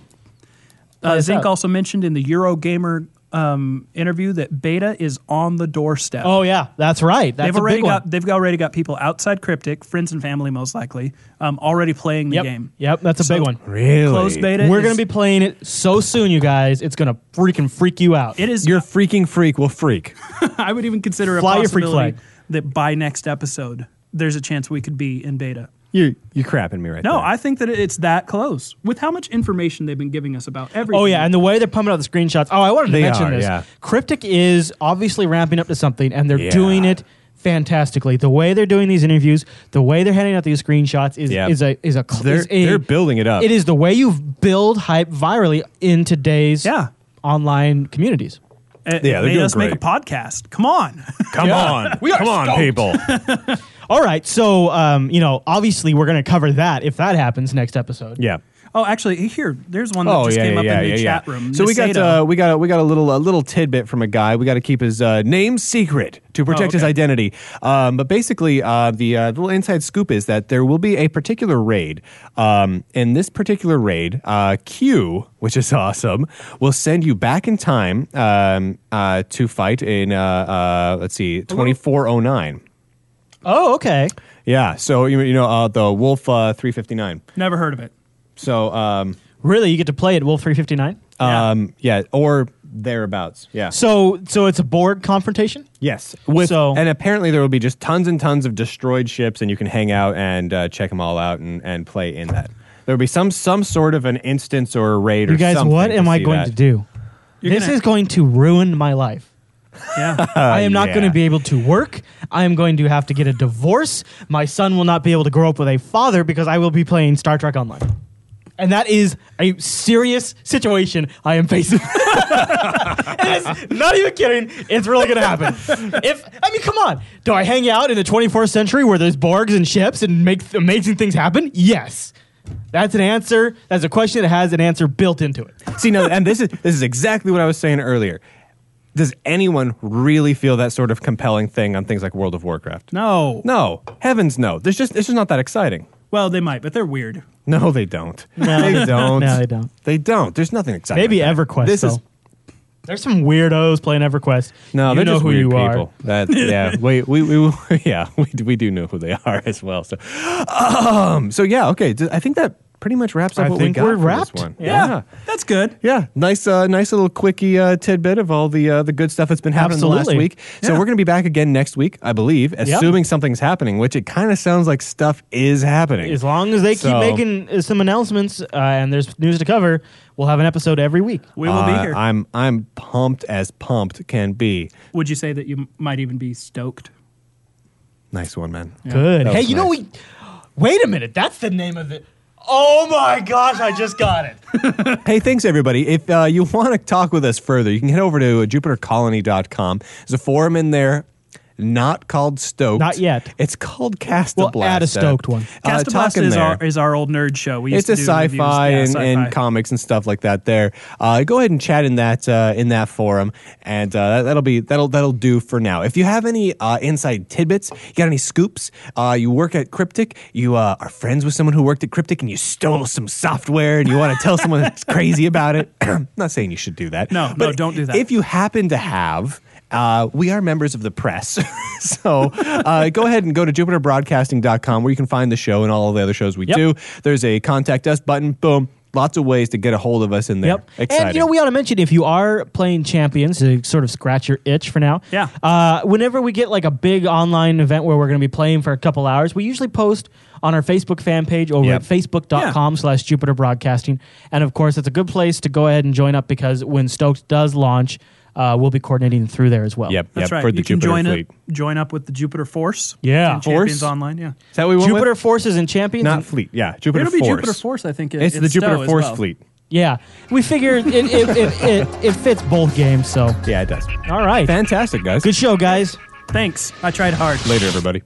Speaker 3: Uh,
Speaker 4: us
Speaker 3: Zink
Speaker 4: up.
Speaker 3: also mentioned in the Eurogamer um, interview that Beta is on the doorstep.
Speaker 4: Oh yeah, that's right. That's
Speaker 3: they've
Speaker 4: a
Speaker 3: already
Speaker 4: big
Speaker 3: got
Speaker 4: one.
Speaker 3: they've already got people outside Cryptic, friends and family most likely, um, already playing the
Speaker 4: Yep.
Speaker 3: game.
Speaker 4: Yep. That's a
Speaker 3: So-
Speaker 4: big one.
Speaker 2: Really?
Speaker 3: Closed beta.
Speaker 4: We're
Speaker 3: is-
Speaker 4: going to be playing it so soon, you guys. It's going to freaking freak you out.
Speaker 3: It is.
Speaker 2: Your freaking freak will freak.
Speaker 3: I would even consider a
Speaker 4: Fly your free
Speaker 3: possibility
Speaker 4: flag.
Speaker 3: that by next episode, there's a chance we could be in beta.
Speaker 2: You you crapping me right
Speaker 3: No,
Speaker 2: there.
Speaker 3: I think that it's that close with how much information they've been giving us about everything.
Speaker 4: Oh yeah, and the way they're pumping out the screenshots. Oh, I wanted to
Speaker 2: They
Speaker 4: mention
Speaker 2: are,
Speaker 4: this.
Speaker 2: yeah.
Speaker 4: Cryptic is obviously ramping up to something, and they're
Speaker 2: Yeah.
Speaker 4: doing it fantastically. The way they're doing these interviews, the way they're handing out these screenshots is
Speaker 2: Yeah.
Speaker 4: is a is a cl-
Speaker 2: They're-
Speaker 4: is a-
Speaker 2: they're building it up.
Speaker 4: It is the way you build hype virally in today's
Speaker 3: Yeah.
Speaker 4: online communities.
Speaker 3: It
Speaker 2: Yeah, they're
Speaker 3: made
Speaker 2: doing
Speaker 3: us Eh, make a
Speaker 2: great.
Speaker 3: podcast. Come on.
Speaker 2: Come on. Come on, people.
Speaker 4: All right, so um, you know, obviously, we're going to cover that if that happens next episode.
Speaker 2: yeah.
Speaker 3: oh, actually, here, there's one that
Speaker 2: Oh,
Speaker 3: just came up in the chat room.
Speaker 2: So we got
Speaker 3: Nicedo.
Speaker 2: uh, we got a, we got a little a little tidbit from a guy. We got to keep his uh, name secret to protect his
Speaker 3: Oh, okay.
Speaker 2: identity. Um, but basically, uh, the uh, little inside scoop is that there will be a particular raid. Um, in this particular raid, uh, Q, which is awesome, will send you back in time um, uh, to fight in uh, uh, let's see, twenty four oh nine.
Speaker 4: Oh, okay.
Speaker 2: Yeah. So you, you know uh, the Wolf uh, three fifty nine.
Speaker 3: never heard of it.
Speaker 2: So. Um,
Speaker 4: Really, you get to play at Wolf three fifty nine.
Speaker 3: Yeah.
Speaker 2: Um, yeah, or thereabouts. Yeah.
Speaker 4: So, so it's a board confrontation.
Speaker 2: Yes. With
Speaker 4: So-
Speaker 2: and apparently there will be just tons and tons of destroyed ships, and you can hang out and uh, check them all out and, and play in that. There will be some some sort of an instance or a raid.
Speaker 4: You
Speaker 2: or
Speaker 4: guys,
Speaker 2: something
Speaker 4: what am
Speaker 2: to
Speaker 4: I
Speaker 2: see
Speaker 4: going
Speaker 2: that.
Speaker 4: to do?
Speaker 3: You're
Speaker 4: this
Speaker 3: gonna-
Speaker 4: is going to ruin my life.
Speaker 3: Yeah.
Speaker 4: I am
Speaker 2: Uh,
Speaker 4: not
Speaker 2: yeah.
Speaker 4: going to be able to work. I am going to have to get a divorce. My son will not be able to grow up with a father because I will be playing Star Trek Online. And that is a serious situation I am facing. And it's not even kidding. It's really going to happen. If I mean, come on. Do I hang out in the 24th century where there's Borgs and ships and make th- amazing things happen? Yes. That's an answer. That's a question that has an answer built into it.
Speaker 2: See no, and this is this is exactly what I was saying earlier. Does anyone really feel that sort of compelling thing on things like World of Warcraft?
Speaker 3: no.
Speaker 2: No, heavens no. There's just it's just not that exciting.
Speaker 3: Well, they might, but they're weird.
Speaker 2: No, they don't.
Speaker 4: No.
Speaker 2: they don't.
Speaker 4: No, they don't.
Speaker 2: They don't. There's nothing exciting.
Speaker 4: Maybe
Speaker 2: about that.
Speaker 4: EverQuest.
Speaker 2: This is
Speaker 4: though. there's some weirdos playing EverQuest.
Speaker 2: No,
Speaker 4: you
Speaker 2: they're
Speaker 4: know
Speaker 2: just
Speaker 4: who
Speaker 2: weird
Speaker 4: you
Speaker 2: people. That yeah, we we, we yeah we, do- we do know who they are as well. So, um, so yeah, okay. d- I think that pretty much wraps up
Speaker 4: I
Speaker 2: what we
Speaker 4: think
Speaker 2: got.
Speaker 4: we're
Speaker 2: for this
Speaker 4: wrapped.
Speaker 2: one.
Speaker 3: Yeah.
Speaker 2: yeah.
Speaker 3: That's good.
Speaker 2: Yeah, nice, uh, nice little quickie uh, tidbit of all the uh, the good stuff that's been happening the last
Speaker 4: Absolutely.
Speaker 2: week. So we're going to be back again next week, I believe, assuming something's happening. Which it kind of sounds like stuff is happening.
Speaker 4: are. As long as they
Speaker 2: So-
Speaker 4: keep making uh, some announcements uh, and there's news to cover, we'll have an episode every week.
Speaker 3: We will
Speaker 2: Uh,
Speaker 3: be here.
Speaker 2: I'm I'm pumped as pumped can be.
Speaker 3: Would you say that you m- might even be stoked?
Speaker 2: Nice one, man.
Speaker 4: Good.
Speaker 2: That
Speaker 4: Hey,
Speaker 2: was
Speaker 4: you know
Speaker 2: nice.
Speaker 4: we. Wait a minute. That's the name of it. Oh my gosh! I just got it.
Speaker 2: Hey, thanks everybody. If uh, you want to talk with us further, you can head over to uh, jupitercolony.com. There's a forum in there. Not called Stoked.
Speaker 4: Not yet.
Speaker 2: It's called Cast
Speaker 4: We'll
Speaker 2: a Blast.
Speaker 4: add a Stoked one.
Speaker 2: Uh,
Speaker 3: Cast a
Speaker 2: talk
Speaker 3: Blast
Speaker 2: in
Speaker 3: is
Speaker 2: there.
Speaker 3: our, is our old nerd show. We
Speaker 2: it's
Speaker 3: used
Speaker 2: a
Speaker 3: to do reviews.
Speaker 2: sci-fi,
Speaker 3: Yeah,
Speaker 2: and,
Speaker 3: sci-fi.
Speaker 2: and comics and stuff like that. There, uh, go ahead and chat in that uh, in that forum, and uh, that'll be that'll that'll do for now. If you have any uh, inside tidbits, you got any scoops? Uh, you work at Cryptic, you uh, are friends with someone who worked at Cryptic, and you stole some software, and you want to tell someone that's crazy about it. Not saying you should do that.
Speaker 3: No, no,
Speaker 2: but
Speaker 3: don't do that.
Speaker 2: If you happen to have. Uh, we are members of the press. so uh, go ahead and go to jupiterbroadcasting.com where you can find the show and all of the other shows we
Speaker 4: Yep.
Speaker 2: do. There's a contact us button. Boom. Lots of ways to get a hold of us in there.
Speaker 4: Yep.
Speaker 2: Exciting.
Speaker 4: And you know, we ought to mention if you are playing champions to sort of scratch your itch for now.
Speaker 3: Yeah.
Speaker 4: Uh, whenever we get like a big online event where we're going to be playing for a couple hours, we usually post on our Facebook fan page over
Speaker 2: Yep.
Speaker 4: at facebook.com slash Jupiter Broadcasting. And of course, it's a good place to go ahead and join up because when Stokes does launch, uh, we'll be coordinating through there as well.
Speaker 2: Yep.
Speaker 3: That's
Speaker 2: yep.
Speaker 3: right.
Speaker 2: For the
Speaker 3: you can
Speaker 2: Jupiter
Speaker 3: join
Speaker 2: fleet.
Speaker 3: up, join up with the Jupiter Force.
Speaker 4: Yeah.
Speaker 3: And Champions
Speaker 2: Force?
Speaker 3: Online. Yeah.
Speaker 2: Is that what we went
Speaker 4: Jupiter
Speaker 2: with?
Speaker 4: Forces and Champions.
Speaker 2: Not
Speaker 4: and-
Speaker 2: fleet. Yeah. Jupiter
Speaker 3: It'll be
Speaker 2: Force.
Speaker 3: Jupiter Force. I think it-
Speaker 2: It's, the
Speaker 3: Stowe
Speaker 2: Jupiter
Speaker 3: as
Speaker 2: Force
Speaker 3: well.
Speaker 2: fleet.
Speaker 4: yeah. We figure it, it, it, it, it fits both games. So,
Speaker 2: Yeah, it does.
Speaker 4: all right.
Speaker 2: Fantastic, guys.
Speaker 4: Good show, guys.
Speaker 3: Thanks. I tried hard.
Speaker 2: Later, everybody.